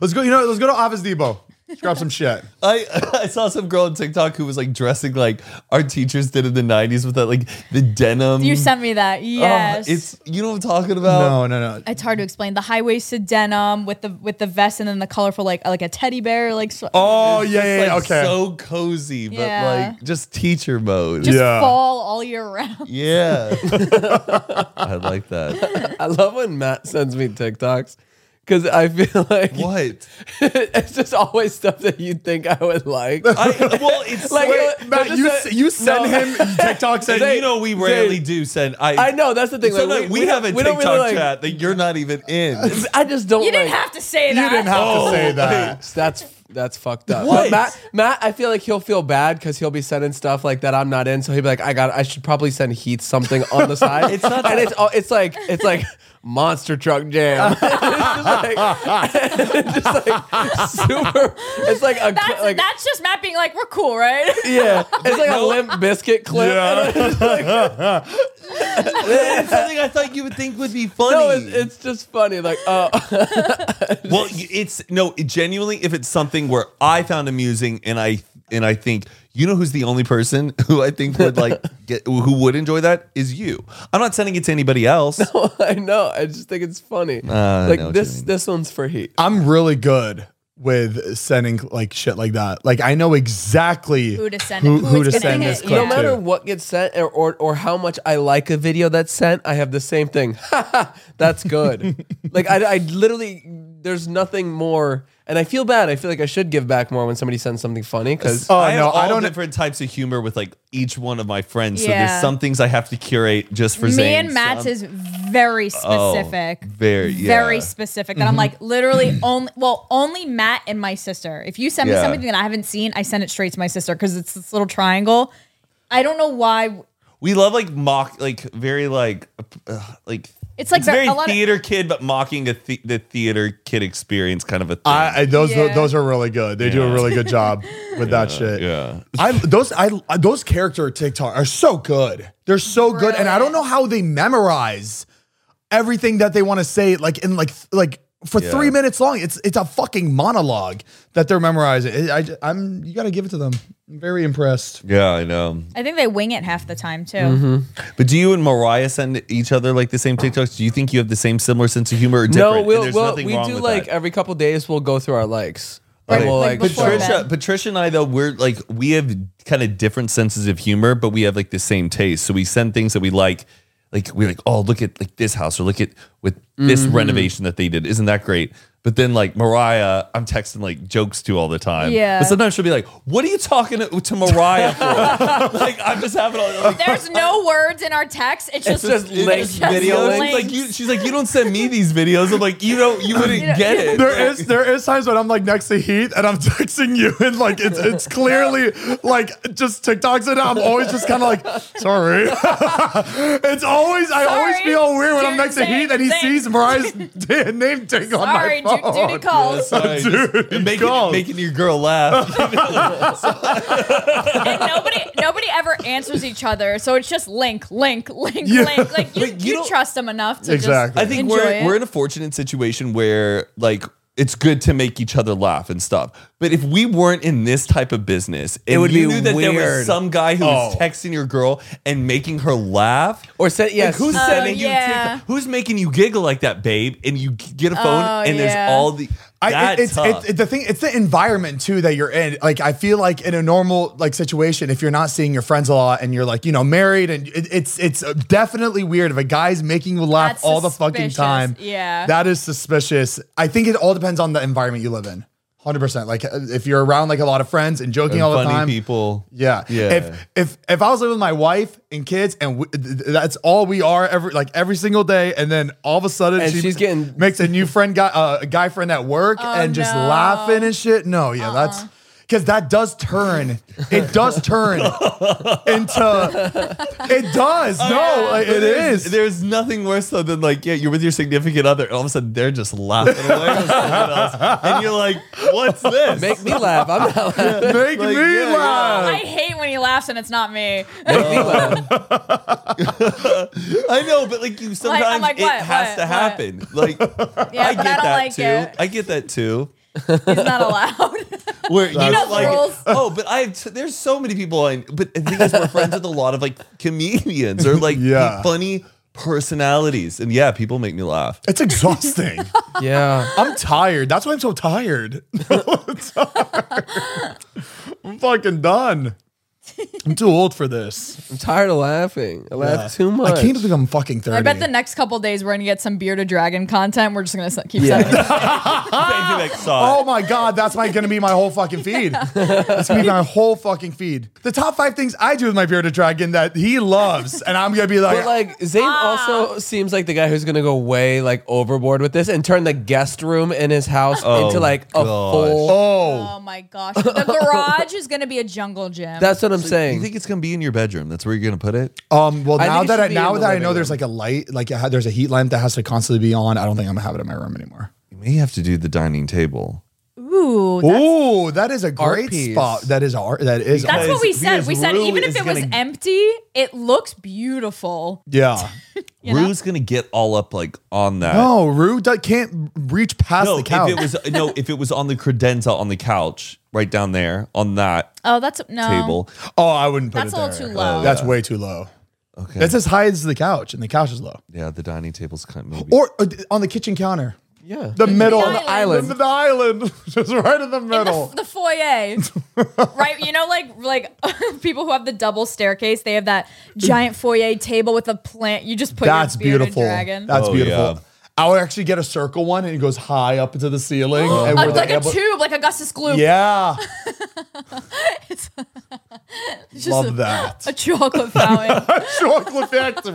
Let's go, you know, let's go to Office Depot. Let's grab [laughs] some shit. I, I saw some girl on TikTok who was like dressing like our teachers did in the 90s with that, like the denim. Mm. You sent me that. Oh, Yes. it's, you know what I'm talking about? No, no, no. it's hard to explain the high waisted denim with the with the vest and then the colorful like like a teddy bear like sw- Oh, yeah, yeah, yeah. Like, Okay. So cozy, but Yeah. like just teacher mode. just yeah. fall all year round. [laughs] yeah. I like that. I love when Matt sends me TikToks because I feel [laughs] like What? it's just always stuff that you think I would like. I, well, it's [laughs] Like, like, uh, Matt, you, just s- a- you send no. [laughs] him TikToks and They- you know, we rarely Dave. do send. I, I know that's the thing. So like, we, have a don't- TikTok don't really, like- chat that you're not even in. Oh. I just don't. You didn't like- have to say that. Oh you didn't have to say that. [laughs] That's that's fucked up. What? But Matt, Matt, I feel like he'll feel bad because he'll be sending stuff like that I'm not in. So he'll be like, I got, I should probably send Heath something [laughs] on the side. it's not, and it's, all it's like, it's like monster truck jam. [laughs] it's just like, just like super. It's like a That's, cl- like that's just Matt being like, we're cool, [laughs] right? yeah, it's like a limp biscuit [laughs] clip. And it's just like- That's something I thought you would think would be funny. no, it's, it's just funny. Like, oh, well, y- it's no, it genuinely. If it's something where I found amusing and I and I think you know who's the only person [laughs] who I think would like get who would enjoy that is you. I'm not sending it to anybody else. [laughs] I know. I just think it's funny. Uh, I know like what you this, mean. this one's for Heath. I'm really good with sending like shit like that. Like I know exactly Who to send it, who it's to gonna send hit, this yeah. clip no matter to. what gets sent or, or or how much I like a video that's sent, I have the same thing. [laughs] that's [laughs] good. like I, I literally, there's nothing more, and I feel bad. I feel like I should give back more when somebody sends something funny because Oh I have no, all I don't. different types of humor with like each one of my friends. So Yeah. there's some things I have to curate just for Me Zane, and Matt's some- is very specific. very, yeah. Very specific. That I'm like literally only well, only Matt and my sister. If you send me Yeah. something that I haven't seen, I send it straight to my sister because it's this little triangle. I don't know why We love like mock, like very like, uh, like It's like very a lot of- theater kid, but mocking a the, the theater kid experience, kind of a thing. I, I those Yeah. those are really good. They do a really good job with that shit. Uh, yeah. I those I those character TikTok are so good. They're so good, and I don't know how they memorize everything that they want to say. Like in like like for Yeah. three minutes long, it's it's a fucking monologue that they're memorizing. I, I am you got to give it to them. I'm very impressed. yeah, I know. I think they wing it half the time too. But do you and Mariah send each other like the same TikToks? Do you think you have the same similar sense of humor? Or different? no, And we'll, there's we'll nothing we wrong do with like that. every couple days we'll go through our likes. Right, And we'll, like before share- bed. Patricia, Patricia and I though we're like we have kind of different senses of humor, but we have like the same taste. So we send things that we like. Like we're like, oh, look at like this house, or look at with this Mm-hmm. renovation that they did. Isn't that great? But then like Mariah, I'm texting like jokes to all the time. Yeah. But sometimes she'll be like, "What are you talking to, to Mariah [laughs] for?" like I'm just having all like, There's no words in our text. It's just, just it's links, just video videos. links. Like you, she's like, "You don't send me these videos." I'm like, "You don't. You [laughs] wouldn't get it." There is there is times when I'm like next to Heath and I'm [laughs] texting you and like it's it's clearly like just TikToks and I'm always just kind of like sorry. [laughs] it's always I always Sorry. feel weird when I'm You're next to saying- Heath and he DC's Mariah's [laughs] da- name tag on Sorry, my du- phone. duty [laughs] calls. Sorry, just making, God. making your girl laugh. and nobody nobody ever answers each other. So it's just link, link, link, link. Like you, you you, don't- trust them enough to Exactly. just I think enjoy we're it. we're in a fortunate situation where like it's good to make each other laugh and stuff. But if we weren't in this type of business, and would you be knew that there was weird. some guy who was Oh. texting your girl and making her laugh. Or said Like, yes. who's Oh, sending you? yeah. TikTok- Who's making you giggle like that, babe? And you g- get a phone, Oh, and yeah. there's all the. I, it- That's it's tough. it, the thing. It's the environment too that you're in. Like I feel like in a normal like situation, if you're not seeing your friends a lot and you're like you know married, and it, it's it's definitely weird if a guy's making you laugh That's all the fucking suspicious. time. Yeah. that is suspicious. I think it all depends on the environment you live in. Hundred percent. Like uh, if you're around like a lot of friends and joking all the funny time, people. Yeah. Yeah. If if if I was living with my wife and kids and we, th- th- that's all we are every like every single day, and then all of a sudden And she's getting- makes a new friend guy uh, a guy friend at work and just no. laughing and shit. No, yeah, that's because that does turn. It does turn into. It does. no, like, it There's- is. There's nothing worse though than like, yeah, you're with your significant other, and all of a sudden they're just laughing away, with someone else, and you're like, [laughs] "What's this?" Make me laugh. I'm [laughs] not laughing. Make Like, me yeah, yeah. laugh. Oh, I hate when he laughs and it's not me. Make me laugh. I know, but like you sometimes I'm [laughs] like, it what, has what, to what? happen. Like [laughs] Yeah, I but get I don't that like too. it. I get that [laughs] too. He's [laughs] not allowed. Where you knows know, like, rules. [laughs] oh, but I have t- there's so many people, I, but the thing is, we're friends with a lot of like comedians or like Yeah. funny personalities, and yeah, people make me laugh. It's exhausting. Yeah. I'm tired. That's why I'm so tired. [laughs] It's hard. I'm fucking done. I'm too old for this. I'm tired of laughing. I laugh too much. I can't believe I'm fucking 30. I bet the next couple days we're gonna get some bearded dragon content. We're just gonna s- keep Yeah. sending. it. Thank you, Nick. Saw Oh it. my god, that's my gonna be my whole fucking feed. That's gonna be my whole fucking feed. The top five things I do with my bearded dragon that he loves, and I'm gonna be like, But like Zayn Ah. also seems like the guy who's gonna go way like overboard with this and turn the guest room in his house into like a Oh, gosh. full. oh, Oh my gosh, [laughs] the garage is gonna be a jungle gym. That's what I'm Oh. saying. You think it's gonna be in your bedroom? That's where you're gonna put it? um. Well, I think now it that should I, be now in the that I living know there's room. like a light, like I had- there's a heat lamp that has to constantly be on. I don't think I'm gonna have it in my room anymore. You may have to do the dining table. Ooh, that's, Ooh, that is a great piece. spot. That is art. That is that's art. what we because- said. We because said Rue even if is it was gonna- empty, it looks beautiful. Yeah. Rue's gonna get all up like on that. No, Oh, Rue do- can't reach past No, the couch. if it was no, if it was on the credenza on the couch, right down there on that Oh, that's no. table. oh, I wouldn't put That's a it there. Oh, little too low. That's way too low. Okay. That's as high as the couch, and the couch is low. yeah, the dining table's kind of maybe. Or uh, on the kitchen counter, yeah. the middle, the island. the, the island, [laughs] just right in the In the, middle. the foyer, right? You know, like like [laughs] people who have the double staircase, they have that giant foyer table with a plant. You just put That's your bearded beautiful. Dragon. That's Oh, beautiful. yeah. I would actually get a circle one, and it goes high up into the ceiling. and Uh, we're like able- a tube, like Augustus Gloop. [laughs] Yeah, [laughs] It's just love a, [laughs] that. a chocolate fountain. [laughs] Chocolate factory,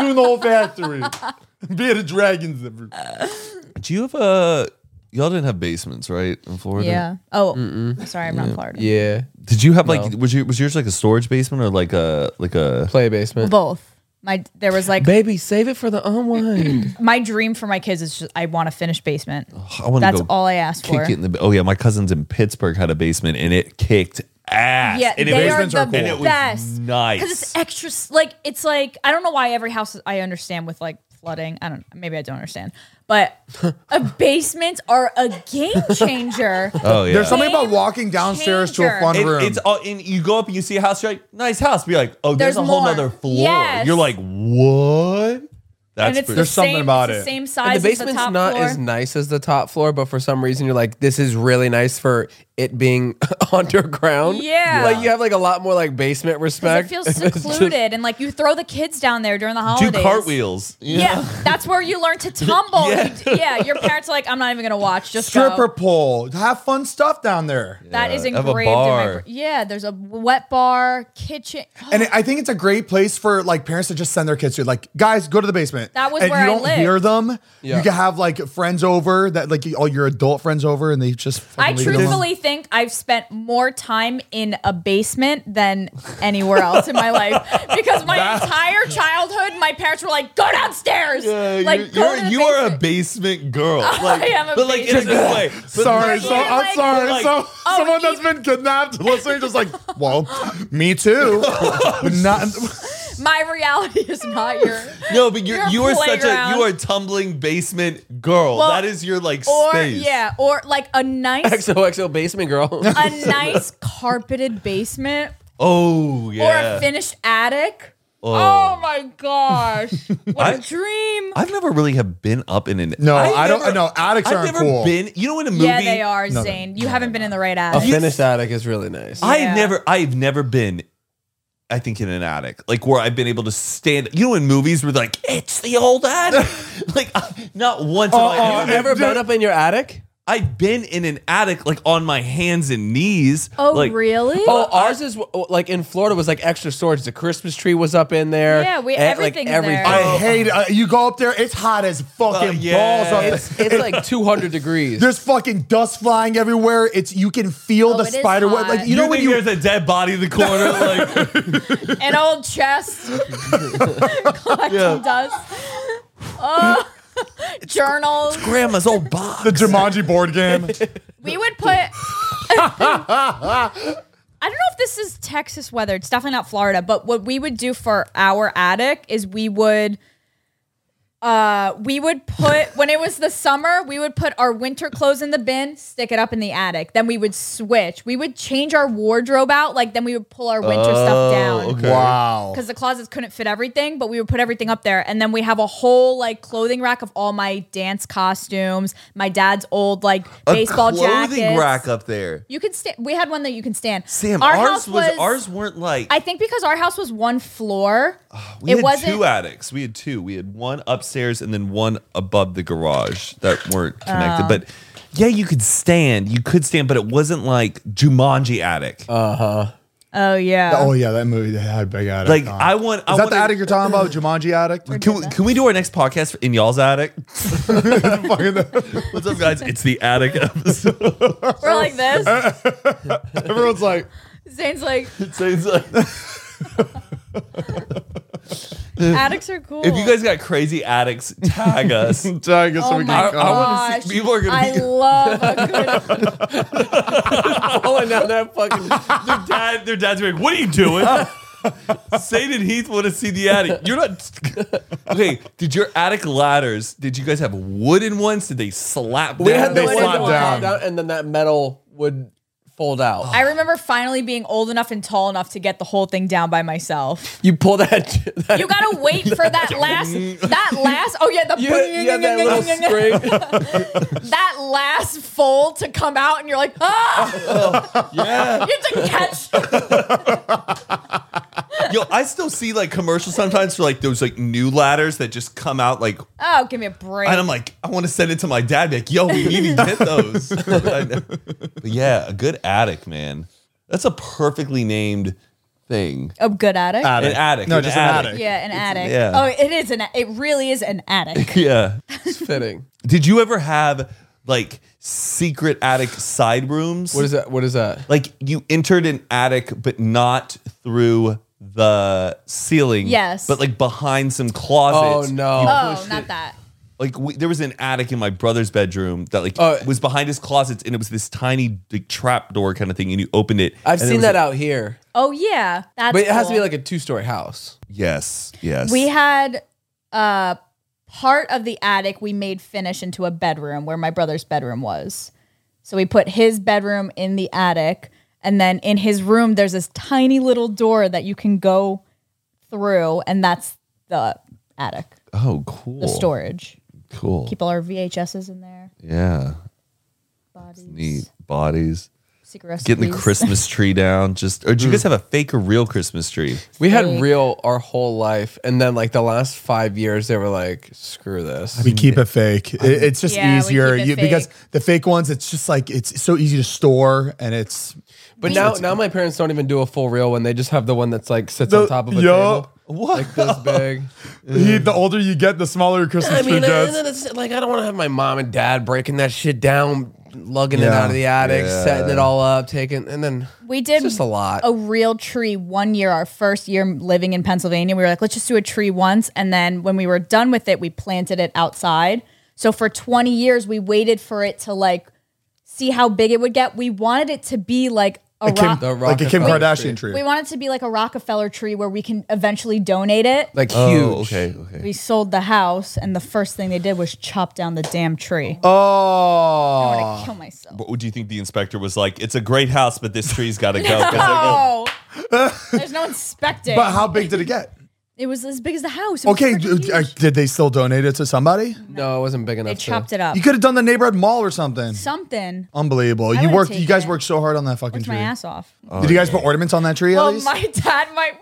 doing the whole factory. Bearded dragons. everywhere. Do you have a? Y'all didn't have basements, right, in Florida? yeah. Oh, sorry, I'm not Florida. Yeah. Did you have like? Was you was yours like a storage basement or like a like a? Play basement. Both. My there was like Baby, save it for the [clears throat] unwind. my dream for my kids is just I want to finish basement. I want to That's go all I asked kick for. it in the. ba- Oh yeah, my cousins in Pittsburgh had a basement and it kicked ass. Yeah, and it they was- are the And it was best. Because nice. it's extra, s- like it's like I don't know why every house I understand with like flooding. I don't. Maybe I don't understand, [laughs] but a basements are a game [laughs] changer. Oh yeah. There's something about Game walking downstairs to changer. a fun It- room. It's all and you go up and you see a house, you're like, nice house. Be like, oh, there's, There's a whole more. nother floor. Yes. You're like, what? and That's it's pretty- the There's something same, about it's the it. same And size. the basement's as the top not floor. as nice as the top floor, but for some reason you're like, this is really nice for it being [laughs] underground. Yeah. Like you have like a lot more like basement 'Cause respect. It [laughs] [laughs] feels secluded, and like you throw the kids down there during the do holidays. cartwheels. Yeah. that's where you [laughs] learn to tumble. You d- Yeah, your parents are like, I'm not even gonna watch. Just stripper Go. pole. Have fun stuff down there. That is have a engraved in my. bar. br- Yeah, there's a wet bar, kitchen. And I think it's a great place for like parents to just send their kids to. Like, guys, go to the basement. That was and where you I don't lived. hear them. Yeah. You can have like friends over that like all your adult friends over, and they just. I fucking leave them [laughs] alone. truthfully think I've spent more time in a basement than anywhere else in my life [laughs] because my entire childhood, my parents were like, "Go downstairs, like you're, go you're- to the you are a basement." [laughs] basement girl. Like, am a but like it's basement this way. But Sorry, like- so I'm like- sorry. like- so Oh, someone that's even- been kidnapped, [laughs] listening, just like, well, [laughs] me too. But not, My reality [laughs] is not [laughs] your No, but you're Your you are such a playground. you are a tumbling basement girl. Well, that is your like or space. yeah, or like a nice XOXO basement girl. [laughs] [laughs] a nice carpeted basement Oh or yeah. a finished attic. Oh. Oh, my [laughs] gosh, what a dream! I've never really have been up in an. no, I've I, don't. never- No, addicts I've aren't never cool. been. You know, in a movie. yeah, they are, Zane. You haven't been in the right a attic. finished attic is really nice. Yeah. I've never. I've never been. I think in an attic, like where I've been able to stand. You know, in movies, where they're like it's the old [laughs] attic. like I- not once. have I Have you ever been up in your attic? I've been in an attic, like on my hands and knees. Oh, like, really? Oh, ours is like in Florida was like extra storage. The Christmas tree was up in there. Yeah, we- Eh, everything's there. Oh, I hate it. Uh, you go up there, it's hot as fucking Oh, yeah. balls. Up there. It's, it's like [laughs] 200 degrees. There's fucking dust flying everywhere. It's you can feel Oh, the it is spider web. hot. Like you, You, know think when you there's a dead body in the [laughs] corner? like An old chest collecting dust. Oh, journals. grandma's [laughs] old box. the [laughs] Jumanji board game. We would put. I don't know if this is Texas weather. It's definitely not Florida. But what we would do for our attic is we would. Uh, we would put when it was the summer, we would put our winter clothes in the bin, stick it up in the attic. Then we would switch. We would change our wardrobe out. Like then we would pull our winter stuff down. Wow. because the closets couldn't fit everything, but we would put everything up there. And then we have a whole like clothing rack of all my dance costumes, my dad's old like baseball clothing jackets. rack up there. You can stand. We had one that you can stand. Sam, ours was, ours weren't like I think because our house was one floor, Oh, we it had wasn't. two attics. We had two. We had one upstairs and then one above the garage that weren't Oh. connected. but yeah, you could stand. You could stand, but it wasn't like Jumanji attic. oh yeah. Oh yeah, that movie they had big attic. like on. I want. I Is that the wanna- attic you're talking about? Jumanji attic? Can we, can we do our next podcast in y'all's attic? What's up, guys? It's the [laughs] attic episode. [laughs] We're like [laughs] this. [laughs] Everyone's like, Zane's like So it's like- attics are cool. if you guys got crazy addicts, tag [laughs] us. Dang, Oh we my can wanna come. gosh! see- people are gonna I be- love [laughs] a good. pulling down [laughs] that fucking. Their dad, their dad's like, "What are you [laughs] doing?" Satan Heath want to see the attic. You're not [laughs] okay. Did your attic ladders? Did you guys have wooden ones? Did they slap? We down? had the They one slap that would down. pop down, and then that metal would fold out. I remember finally being old enough and tall enough to get the whole thing down by myself. you pull that. [laughs] that You gotta wait [laughs] for that last. That last. Oh [laughs] yeah, the you, you have [laughs] that little spring. that last fold to come out, and you're like, [laughs] ah! yeah. You have to catch. [laughs] Yo, I still see like commercials sometimes for like those like new ladders that just come out like, Oh, give me a break. and I'm like, I want to send it to my dad. Be like, yo, we need to [laughs] get those. but yeah, a good attic, man. That's a perfectly named thing. a Oh, good attic. Attic. An attic. No, just an attic. yeah, an attic. yeah. Oh, it is an. It really is an attic. Yeah. [laughs] it's fitting. Did you ever have like secret attic side rooms? What is that? What is that? like you entered an attic, but not through the ceiling. Yes. but like behind some closets. [laughs] Oh no! Oh, not that. Like we, there was an attic in my brother's bedroom that like Oh. was behind his closets, and it was this tiny like, trap door kind of thing, and you opened it. I've and it seen was that like- out here, Oh yeah, that's. but it has to be cool. like a two-story house. yes, yes. We had uh part of the attic we made finish into a bedroom where my brother's bedroom was. So we put his bedroom in the attic and then in his room there's this tiny little door that you can go through and that's the attic, oh, cool. the storage. Cool. Keep all our VHSs in there. yeah, Bodies, neat bodies. secret recipes. Getting the Christmas tree down. Just or do you Mm. guys have a fake or real Christmas tree? We had Fake. real our whole life, and then like the last five years, they were like, "Screw this." We keep it fake. It, it's just Yeah, we keep easier it you, because fake. the fake ones, it's just like it's so easy to store, and it's But now, now my parents don't even do a full reel one. They just have the one that's like sits on The- top of a Yo. table, [laughs] like this big. You- the older you get, the smaller your Christmas I mean, tree I- gets. it's like I don't want to have my mom and dad breaking that shit down lugging it Yeah. out of the attic, setting it all up, taking, and then We did just a lot. a real tree one year, our first year living in Pennsylvania. We were like, let's just do a tree once. And then when we were done with it, we planted it outside. So for 20 years, we waited for it to like see how big it would get. We wanted it to be like a rock. The like a Kim Rockefeller Kardashian tree. We wanted it to be like a Rockefeller tree where we can eventually donate it. like Oh, huge. okay, okay. We sold the house, and the first thing they did was chop down the damn tree. Oh, I want to kill myself. [laughs] What do you think the inspector was like? It's a great house, but this tree's got to go. [laughs] 'cause they're gonna- No, there's no inspecting. but how big did it get? it was as big as the house. It was Okay, freaking d- uh, huge. did they still donate it to somebody? No, it wasn't big they enough. chopped to, it up. You could have done the neighborhood mall or something. Something. Unbelievable. you would've worked. You taken guys it. worked so hard on that fucking Worked tree. my ass off. Did you guys put ornaments on that tree at Well, least? my [laughs] dad, my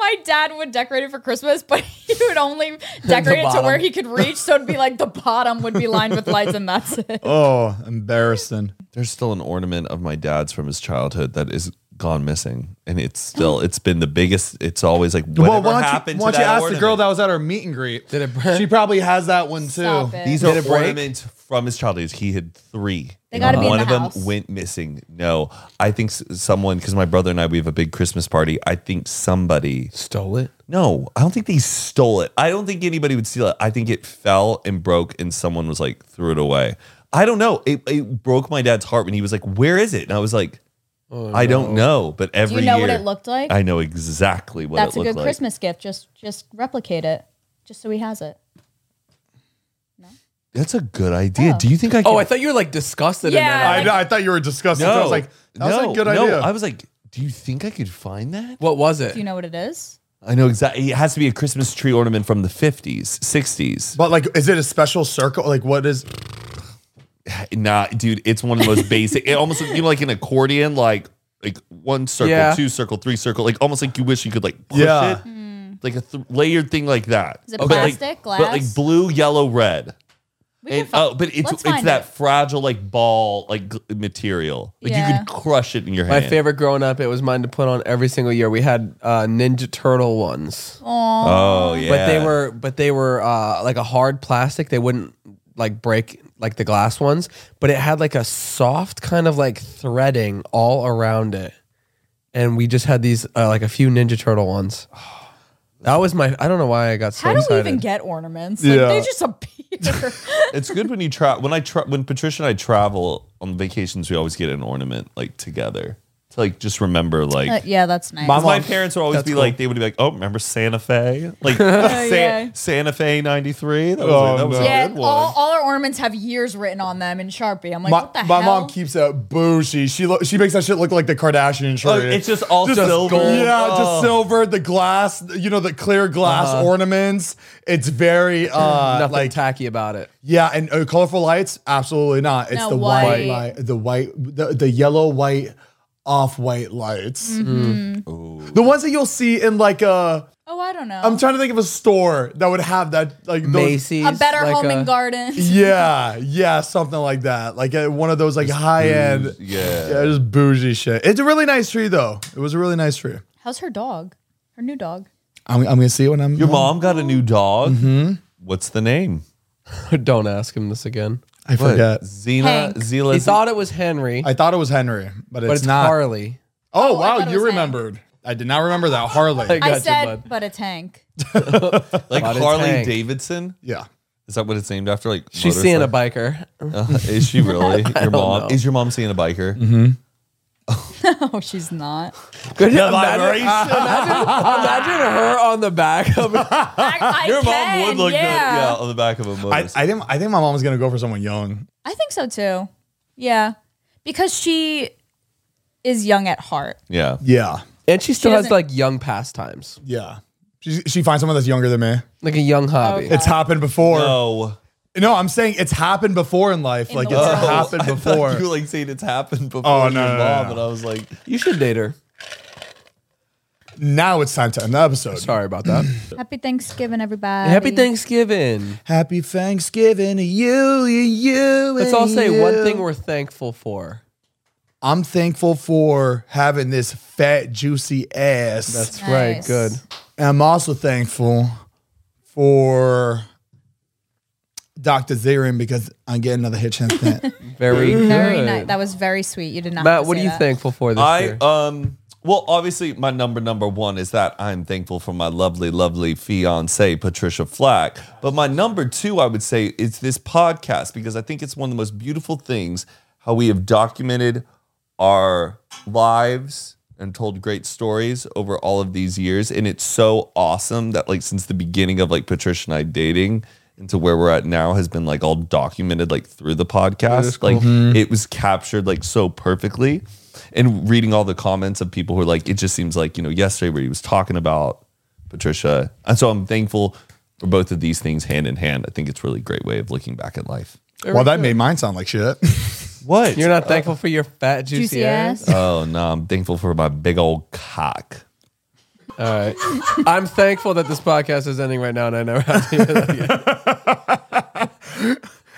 my dad would decorate it for Christmas, but [laughs] he would [laughs] only decorate it to bottom. where he could reach. So it'd be like the bottom would be lined with lights, and [laughs] that's it. oh, embarrassing. There's still an ornament of my dad's from his childhood that is gone missing, and it's still it's been the biggest. It's always like whatever well, why don't happened you, why to don't you that ask ornament? the girl that was at our meet and greet? Did it burn? She probably has that one too. Stop it. These Did are it break? ornaments from his childhood. He had three. They gotta be in One the of house. them went missing. No, I think s- someone because my brother and I we have a big Christmas party. I think somebody. Stole it. No, I don't think they stole it. I don't think anybody would steal it. I think it fell and broke, and someone was like threw it away. I don't know. It, it broke my dad's heart when he was like, "Where is it?" And I was like, Oh, "I don't know." But Do every you know year, what it looked like? I know exactly what that's a it looked good like. Christmas gift. Just just replicate it, just so he has it. That's a good idea. Do you think I? Can Oh, I thought you were like disgusted. Yeah. In that. I, know, I thought you were disgusting. no. I was like, that no, was a good no. idea. I was like, "Do you think I could find that?" What was it? Do you know what it is? I know exactly. It has to be a Christmas tree ornament from the 50s, 60s. but like, is it a special circle? Like, what is? Nah, dude, it's one of the most [laughs] basic. It almost you know, like an accordion, like like one circle, Yeah. two circle, three circle, like almost like you wish you could like push Yeah. it, like a th- layered thing like that. Hmm. Is it But plastic, like, glass? But like blue, yellow, red. We And, fi- oh, but it's let's it's find that it. fragile like ball like gl- material. Like you Yeah. could crush it in your My hand. favorite growing up, it was mine to put on every single year. We had uh, Ninja Turtle ones, Oh yeah, but they were but they were uh, like a hard plastic. They wouldn't like break like the glass ones, but it had like a soft kind of like threading all around it. And we just had these uh, like a few Ninja Turtle ones. [sighs] That was my. I don't know why I got so How do we excited. even get ornaments? Like, Yeah. They just appear. [laughs] It's good when you travel. When I tra- when Patricia and I travel on vacations, we always get an ornament like together to like just remember like. Uh, yeah, that's nice. my parents would always be like, they would be like, "Oh, remember Santa Fe? [laughs] [laughs] Like Sa- yeah. Santa Fe '93? That was, Oh, a, that was a yeah, good one." all, all our ornaments have years written on them in Sharpie. I'm like, My, what the my hell? mom keeps a bougie. She lo- she makes that shit look like the Kardashian tree. Oh, it's just all silver. Yeah, Oh. Uh-huh. just silver. The glass, you know, the clear glass ornaments. It's very uh, Nothing like tacky about it. yeah, and uh, colorful lights. Absolutely not. It's No, the white, white. light, the white, the, the yellow white, off white lights. Mm-hmm. Mm. The ones that you'll see in like a. Oh, I don't know. I'm trying to think of a store that would have that like those, Macy's, a better like home a- and garden. [laughs] [laughs] Yeah, yeah, something like that. Like uh, one of those like high end. yeah. yeah, just bougie shit. It's a really nice tree though. It was a really nice tree. How's her dog? Her new dog. I'm, I'm gonna see it when I'm Your mom got a new dog. Mm-hmm. What's the name? uh, [laughs] Don't ask him this again. I forget. Zena Hank. Zila. He thought it was Henry, I thought it was Henry, but it's, but it's not. Harley. I Oh, thought wow, it you was Hank. remembered. I did not remember that Harley. I I gotcha, said, bud. but a tank. [laughs] like But it's Harley Hank. Davidson. yeah. Is that what it's named after? Like She's seeing a biker. [laughs] motorcycle? [laughs] is she [laughs] really? Your mom know. is your mom seeing a biker? Mm-hmm. Oh, she's not. Could you imagine, imagine, imagine her on the back of a I, I Your can, mom would look yeah. good, yeah, on the back of a I, motorcycle. I think I think my mom was gonna go for someone young. I think so too. Yeah. Because she is young at heart. yeah, Yeah. and she still has doesn't- like young pastimes, Yeah. She, she finds someone that's younger than me. like a young hobby. It's happened before. No. Oh, I'm saying it's happened before in life. like the it's world. [laughs] happened I thought before. [laughs] you were, like saying it's happened before. Oh, your no, no, no, mom, no. and I was like, You should date her. now it's time to end the episode. Sorry [clears throat] about that. Happy Thanksgiving, everybody. Happy Thanksgiving. Happy Thanksgiving to you, you, you. Let's and all say one you. thing we're thankful for. I'm thankful for having this fat, juicy ass. That's right. Nice. Good. And I'm also thankful for Dr. Zerin because I'm getting another Hitchens. [laughs] Very, Very good. nice. That was very sweet. You did not. have Matt, to what say are you that. thankful for this I year? um well obviously my number number one is that I'm thankful for my lovely lovely fiance Patricia Flack. But my number two I would say is this podcast because I think it's one of the most beautiful things how we have documented our lives and told great stories over all of these years and it's so awesome that like since the beginning of like Patricia and I dating into where we're at now has been like all documented like through the podcast like it was captured like so perfectly and reading all the comments of people who are like it just seems like you know yesterday where he was talking about patricia and so i'm thankful for both of these things hand in hand i think it's a really great way of looking back at life well, that made mine sound like shit. [laughs] what You're not thankful for your fat, juicy, Juicy ass? ass. oh no i'm thankful for my big old cock All right. [laughs] I'm thankful that this podcast is ending right now and I never have to hear that again.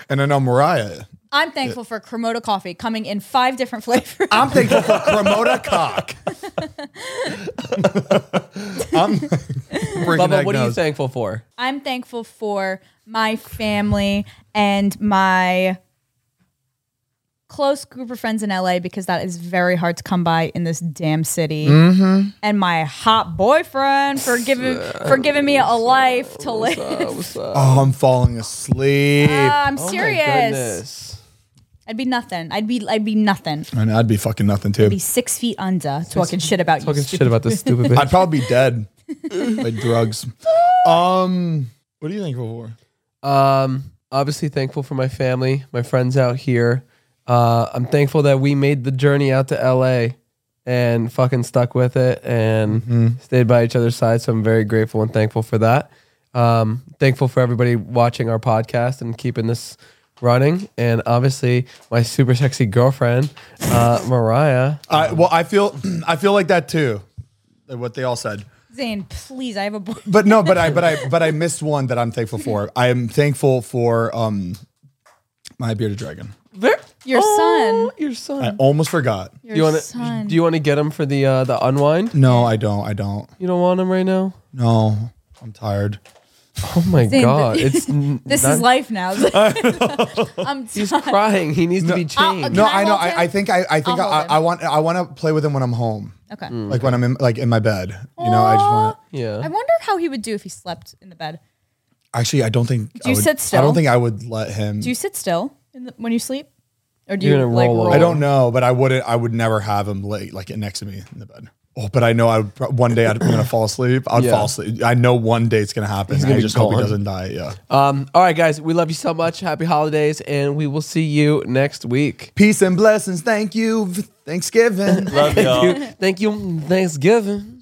and I know Mariah. I'm thankful for Cremota coffee coming in five different [laughs] flavors. I'm thankful for Cremota [laughs] cock. I'm breaking Bubba, that what are you nose. thankful for? I'm thankful for my family and my close group of friends in LA because that is very hard to come by in this damn city. Mm-hmm. And my hot boyfriend for giving for giving me a life to live. [laughs] Uh, Oh, I'm falling asleep. I'm Oh my serious. Oh goodness. I'd be nothing. I'd be I'd be nothing. I'd and I'd be fucking nothing too. be six feet under talking shit about you. Fucking stupid- shit about this [laughs] stupid bitch. I'd probably be dead by drugs. Um, what are you thankful for? Um, obviously thankful for my family, my friends out here. Uh, I'm thankful that we made the journey out to LA and fucking stuck with it and stayed by each other's side. So I'm very grateful and thankful for that. Um, thankful for everybody watching our podcast and keeping this running. And obviously my super sexy girlfriend, uh, Mariah. I, well, I feel [clears throat] I feel like that too. like What they all said. Zane, please, I have a boy. But no, but I but I but I missed one that I'm thankful for. I am thankful for um my bearded dragon. Your son. Oh, Your son. I Mm-hmm. almost forgot. Your do you want to son. do you want to get him for the uh, the unwind? No, I don't. I don't. You don't want him right now. No, I'm tired. Oh my Zane, god! th- It's n- [laughs] This not- is life [laughs] now. [laughs] I'm He's crying. He needs to be changed. Can No, I I know. hold him? I, I think I, I think I'll hold I, him. Mm. I want I want to play with him when I'm home, okay. like when I'm in, like in my bed. You know, I just want. to... Yeah. I wondered how he would do if he slept in the bed. Actually, I don't think. Do I you would- sit still? I don't think I would let him. Do you sit still in the, when you sleep, or do You're you gonna like roll roll? over. I don't know, but I wouldn't. I would never have him lay like next to me in the bed. Oh, but I know I would, pro- one day I'd, I'm gonna fall asleep. I'd Yeah. fall asleep. I know one day it's gonna happen. gonna I be just hope he gone. doesn't die. Yeah. Um, all right, guys, we love you so much. Happy holidays, and we will see you next week. Peace and blessings. Thank you. Thanksgiving. love y'all Thank you. Thank you. Thanksgiving.